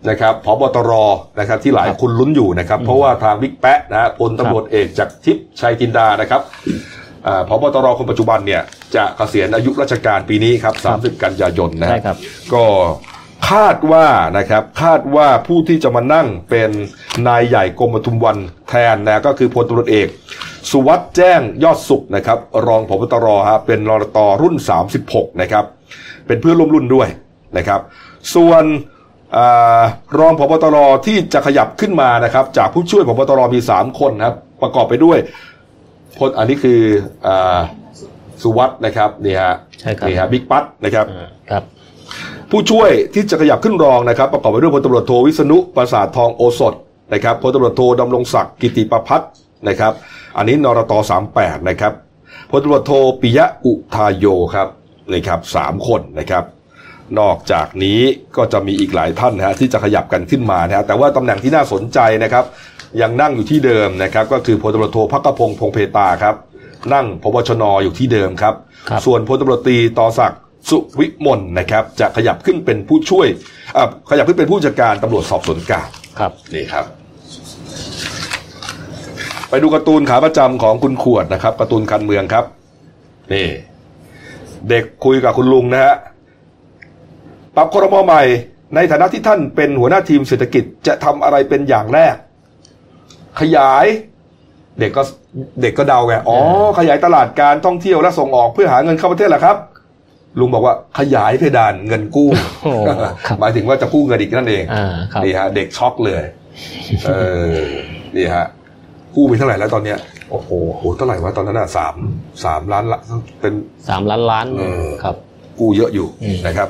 นะครับพบตรนะครับที่หลายคนลุ้นอยู่นะครับ เพราะว่าทางวิกแปะนะฮะพลตำรวจเอกจากทิพย์ชัยจินดานะครับอ่าพบตรคนปัจจุบันเนี่ยจะเกษียณอายุราชการปีนี้ครับ 30 กันยายนนะ
ได้
ฮะ
ครับ
ก็ คาดว่านะครับคาดว่าผู้ที่จะมานั่งเป็นนายใหญ่กรมปทุมวันแทนนะก็คือพลตำรวจเอก สุวัสด์แจ้งยอดสุขนะครับรองผบตรฮะเป็นรอตอรุ่น 36นะครับเป็นเพื่อนร่วมรุ่นด้วยนะครับ ส่วนอารองผบตรที่จะขยับขึ้นมานะครับจากผู้ช่วยผบตรมี 3 คนนะครับประกอบไปด้วยพลอันนี้คืออาสุวัสด์นะครับนี่ฮะ
ใช่ครับ
นี่ฮะบิ๊กปั๊ดนะครับ
อ่าครับ
ผู้ช่วยที่จะขยับขึ้นรองนะครับ ประกอบไปด้วยพลตำรวจโทวิษณุประสาททองโอสถนะครับพลตำรวจโทดำรงศักดิ์กิติประพัฒน์นะครับ อันนี้นรต38นะครับพลตำรวจโทปิยะอุทายโยครับนี่ครับสามคนนะครับ นอกจากนี้ก็จะมีอีกหลายท่านนะฮะที่จะขยับกันขึ้นมานะฮะแต่ว่าตำแหน่งที่น่าสนใจนะครับ ยังนั่งอยู่ที่เดิมนะครับ ก็คือพลตำรวจโทพักกระพงษ์พงเพตาครับ นั่งพบชนอยู่ที่เดิมครับ
ครับ
ส่วนพลตำรวจตรีต่อศักดิ์สุวิมลนะครับ จะขยับขึ้นเป็นผู้ช่วยอ่ะขยับขึ้นเป็นผู้จัดการตำรวจสอบสวนกลาง
ครับ
นี่ครับ ไปดูการ์ตูนขาประจำของคุณขวดนะครับการ์ตูนคันเมืองครับ นี่ เด็กคุยกับคุณลุงนะฮะปรับครมใหม่ ในฐานะที่ท่านเป็นหัวหน้าทีมเศรษฐกิจจะทำอะไรเป็นอย่างแรก ขยาย เด็กก็เด็กก็เดาไงอ๋อ ขยายตลาดการท่องเที่ยวและส่งออกเพื่อหาเงินเข้าประเทศเหรอครับ ลุงบอกว่าขยายเพดานเงินกู้
โอ้ครับ
หมายถึงว่าจะกู้เงินอีกนั่นเอง
อ่าครับ
นี่ฮะเด็กช็อกเลย เออ นี่ฮะกู้ไปเท่าไหร่แล้วตอนเนี้ย โอ้โหเท่าไหร่วะตอนนั้นอ่ะสามสามล้านละเป็น
สามล้านล้าน
เออ
ครับ
กู้เยอะอยู่
อืม
นะครับ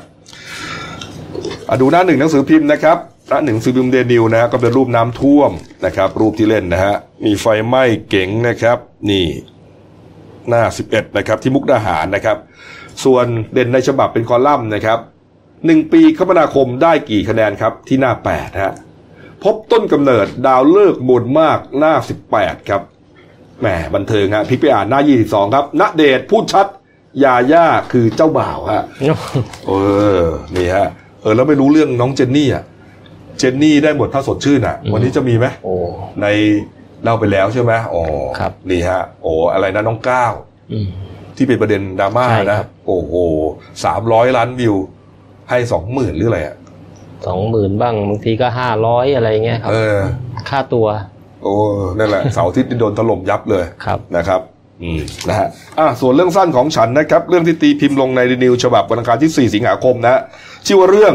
อ่ะดูหน้าหนึ่งหนังสือพิมพ์นะครับหน้าหนึ่งสือพิมพ์เดนิวนะฮะก็เป็นรูปน้ำท่วมนะครับ รูปที่เล่นนะฮะมีไฟไหม้เก๋งนะครับ นี่ หน้า 11 นะครับ ที่มุกดาหารนะครับ ส่วนเด่นในฉบับเป็นคอลัมน์นะครับหนึ่งปีคมนาคมได้กี่คะแนนครับ ที่หน้า 8 ฮะ พบต้นกำเนิดดาวเลิกษ์หมดมากหน้า 18 ครับแหมบันเทิงฮะพลิกไปอ่านหน้า 22 ครับณเดชน์พูดชัดยาย่าคือเจ้าบ่าวฮะ เออ นี่ฮะ เออ แล้วไม่รู้เรื่องน้องเจนนี่อ่ะ เจนนี่ได้หมดถ้าสดชื่นอ่ะ วันนี้จะมีไหม
โอ้
ในเล่าไปแล้วใช่ไหมอ๋อ
ครับ
นี่ฮะ โอ้ อะไรนะน้องก้าว
อืม
ที่เป็นประเด็นดราม่า
ใช่ครั
นะ
บ
โอ้โหสามร้อยล้านวิว ให้สองหมื่นหรืออะไรอ่ะ
สองหมื่นบ้างบางทีก็ห้าร้อยอะไรเงี้ยครับ
เออ
ค่าตัว
โอ้ นั่นแหละ เสาร์อาที่โดนถล่มยับเลย
ครับ
นะครับ อืม นะฮะ อ่ะ ส่วนเรื่องสั้นของฉันนะครับ เรื่องที่ตีพิมพ์ลงในนิวฉบับวันอังคารที่ 4 สิงหาคมนะ ชื่อว่าเรื่อง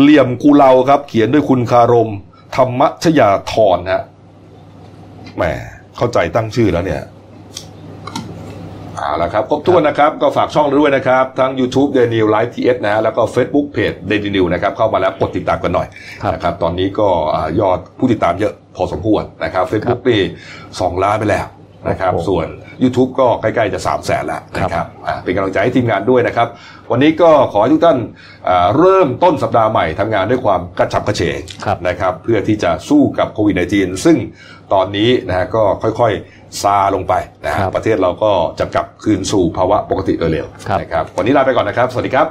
เหลี่ยมกูเลาครับ เขียนด้วยคุณคารม ธรรมชยาธรฮะ แหม เข้าใจตั้งชื่อแล้วเนี่ย เอาละครับ ครบถ้วนนะครับ ก็ฝากช่องเราด้วยนะครับ ทั้ง YouTube d a i l y New Live TS นะฮะ แล้วก็ Facebook Page d a i l y New นะครับ เข้ามาแล้วกดติดตามกันหน่อย
ครับ
นะครับ ตอนนี้ก็อ่ายอดผู้ติดตามเยอะพอสมควรนะครับ Facebook นี่สองล้านไปแล้วนะครับ
ครับผม
ส่วน YouTube ก็ใกล้ๆจะ 3 0 0แสนแล้วนะครับอ่าเป็นกำลังใจให้ทีมงานด้วยนะครับ วันนี้ก็ขอให้ทุกท่านอ่าเริ่มต้นสัปดาห์ใหม่ทำงานด้วยความกระฉับกระเฉง
ครับ
นะครับเพื่อที่จะสู้กับโควิด -19 ซึ่งตอนนี้นะฮะก็ค่อยๆซาลงไปนะฮะ
ครับ
ประเทศเราก็จะกลับคืนสู่ภาวะปกติโดยเร็ว
ครับ
นะครับวันนี้ลาไปก่อนนะครับ สวัสดีครับ